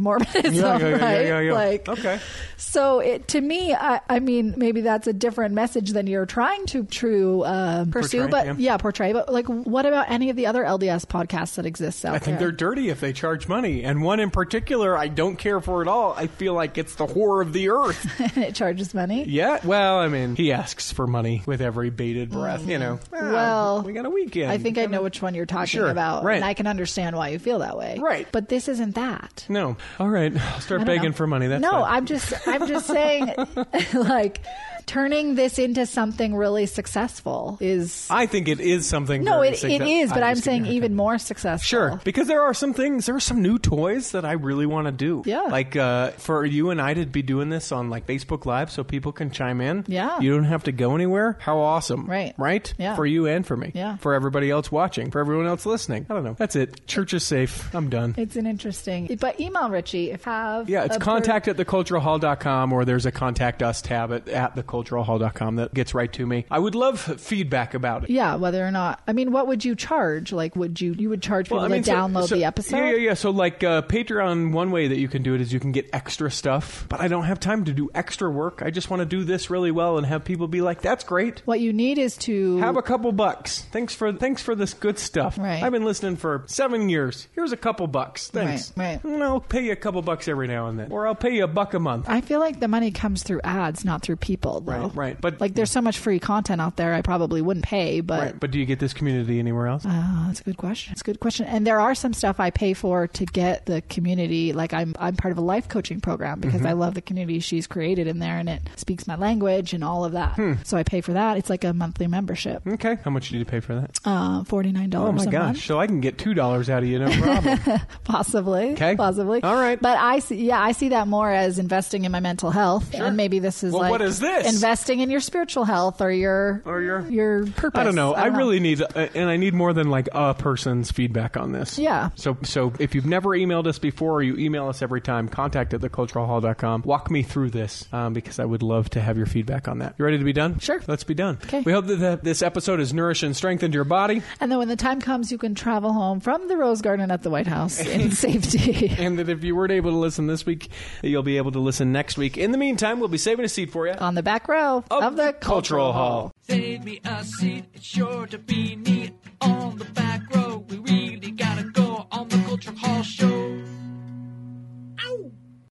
[SPEAKER 3] Mormonism,
[SPEAKER 2] Yeah, yeah, yeah, yeah,
[SPEAKER 3] right?
[SPEAKER 2] yeah, yeah.
[SPEAKER 3] Like,
[SPEAKER 2] Okay.
[SPEAKER 3] So it, to me, I, I mean, maybe that's a different message than you're trying to true uh, pursue,
[SPEAKER 2] Portray,
[SPEAKER 3] but
[SPEAKER 2] yeah.
[SPEAKER 3] yeah. portray. But, like, what about any of the other LDS podcasts that exist out
[SPEAKER 2] I think
[SPEAKER 3] there?
[SPEAKER 2] they're dirty if they charge money. And one in particular, I don't care for at all. I feel like it's the whore of the earth.
[SPEAKER 3] it charges money.
[SPEAKER 2] yeah. Well, I mean, he asks for money with every bated breath, you know. Ah,
[SPEAKER 3] Mm. Well,
[SPEAKER 2] we got a weekend.
[SPEAKER 3] I think I know which one you're talking
[SPEAKER 2] Sure,
[SPEAKER 3] about,
[SPEAKER 2] right.
[SPEAKER 3] and I can understand why you feel that way.
[SPEAKER 2] Right.
[SPEAKER 3] But this isn't that.
[SPEAKER 2] No. All right. I'll
[SPEAKER 3] I
[SPEAKER 2] start
[SPEAKER 3] don't
[SPEAKER 2] begging
[SPEAKER 3] know.
[SPEAKER 2] for money. That's
[SPEAKER 3] no.
[SPEAKER 2] fine.
[SPEAKER 3] I'm just, I'm just saying, like, turning this into something really successful is
[SPEAKER 2] I think it is something.
[SPEAKER 3] no,
[SPEAKER 2] very
[SPEAKER 3] it,
[SPEAKER 2] sick
[SPEAKER 3] it
[SPEAKER 2] that-
[SPEAKER 3] is, but I'm
[SPEAKER 2] just
[SPEAKER 3] saying
[SPEAKER 2] didn't-
[SPEAKER 3] even more successful.
[SPEAKER 2] Sure, because there are some things, there are some new toys that I really want to do.
[SPEAKER 3] Yeah.
[SPEAKER 2] like uh, for you and I to be doing this on like Facebook Live, so people can chime in.
[SPEAKER 3] Yeah.
[SPEAKER 2] you don't have to go anywhere. How awesome!
[SPEAKER 3] Right.
[SPEAKER 2] right.
[SPEAKER 3] Yeah.
[SPEAKER 2] for you and for me.
[SPEAKER 3] Yeah.
[SPEAKER 2] for everybody else watching, for everyone else listening. I don't know. That's it. Church is safe. I'm done.
[SPEAKER 3] It's an interesting, but email Richie if have
[SPEAKER 2] Yeah, it's
[SPEAKER 3] a per-
[SPEAKER 2] contact at theculturalhall.com or there's a contact us tab at, at theculturalhall.com that gets right to me. I would love feedback about it.
[SPEAKER 3] Yeah, whether or not I mean, what would you charge? Like, would you you would charge people to
[SPEAKER 2] so-
[SPEAKER 3] download
[SPEAKER 2] so-
[SPEAKER 3] the episode?
[SPEAKER 2] Yeah, yeah, yeah. So, like uh, Patreon, one way that you can do it is you can get extra stuff, but I don't have time to do extra work. I just want to do this really well and have people be like, "That's great."
[SPEAKER 3] What you need is to
[SPEAKER 2] Have a couple bucks. Thanks for thanks for this good stuff.
[SPEAKER 3] Right.
[SPEAKER 2] I've been listening for seven years. Here's a couple bucks. Thanks.
[SPEAKER 3] Right, right.
[SPEAKER 2] And I'll pay you a couple bucks every now and then, or I'll pay you a buck a month.
[SPEAKER 3] I feel like the money comes through ads, not through people. Though.
[SPEAKER 2] Right, right. But-
[SPEAKER 3] Oh. like, there's so much free content out there. I probably wouldn't pay, but
[SPEAKER 2] Right. But do you get this community anywhere else?
[SPEAKER 3] Oh, that's a good question. That's a good question. And there are some stuff I pay for to get the community. Like I'm, I'm part of a life coaching program
[SPEAKER 2] Mm-hmm.
[SPEAKER 3] because I love the community she's created in there, and it speaks my language and all of that.
[SPEAKER 2] Hmm.
[SPEAKER 3] So I pay for that. It's like a monthly membership,
[SPEAKER 2] Okay. How much did you pay for that?
[SPEAKER 3] uh, forty nine dollars.
[SPEAKER 2] Hmm. Oh my
[SPEAKER 3] a
[SPEAKER 2] gosh!
[SPEAKER 3] month,
[SPEAKER 2] So I can get two dollars out of you, no problem.
[SPEAKER 3] possibly.
[SPEAKER 2] Okay.
[SPEAKER 3] possibly.
[SPEAKER 2] All right.
[SPEAKER 3] but I see. Yeah, I see that more as investing in my mental health, and maybe this is
[SPEAKER 2] Well,
[SPEAKER 3] like
[SPEAKER 2] what is this?
[SPEAKER 3] investing in your spiritual health or your
[SPEAKER 2] Or your-
[SPEAKER 3] your purpose.
[SPEAKER 2] I don't know. I, really need, uh, and I need more than like a person's feedback on this.
[SPEAKER 3] Yeah.
[SPEAKER 2] So, so if you've never emailed us before, or you email us every time, contact at theculturalhall.com. Walk me through this um, because I would love to have your feedback on that. You ready to be done?
[SPEAKER 3] Sure.
[SPEAKER 2] Let's be done.
[SPEAKER 3] Okay.
[SPEAKER 2] We hope that the, this episode has nourished and strengthened your body
[SPEAKER 3] And then when the time comes, you can travel home from the Rose Garden at the White House in safety.
[SPEAKER 2] and that if you weren't able to listen this week, that you'll be able to listen next week. In the meantime, we'll be saving a seat for you.
[SPEAKER 3] on the back row of, the Cultural Hall.
[SPEAKER 1] Save me a seat, it's sure to be neat on the back.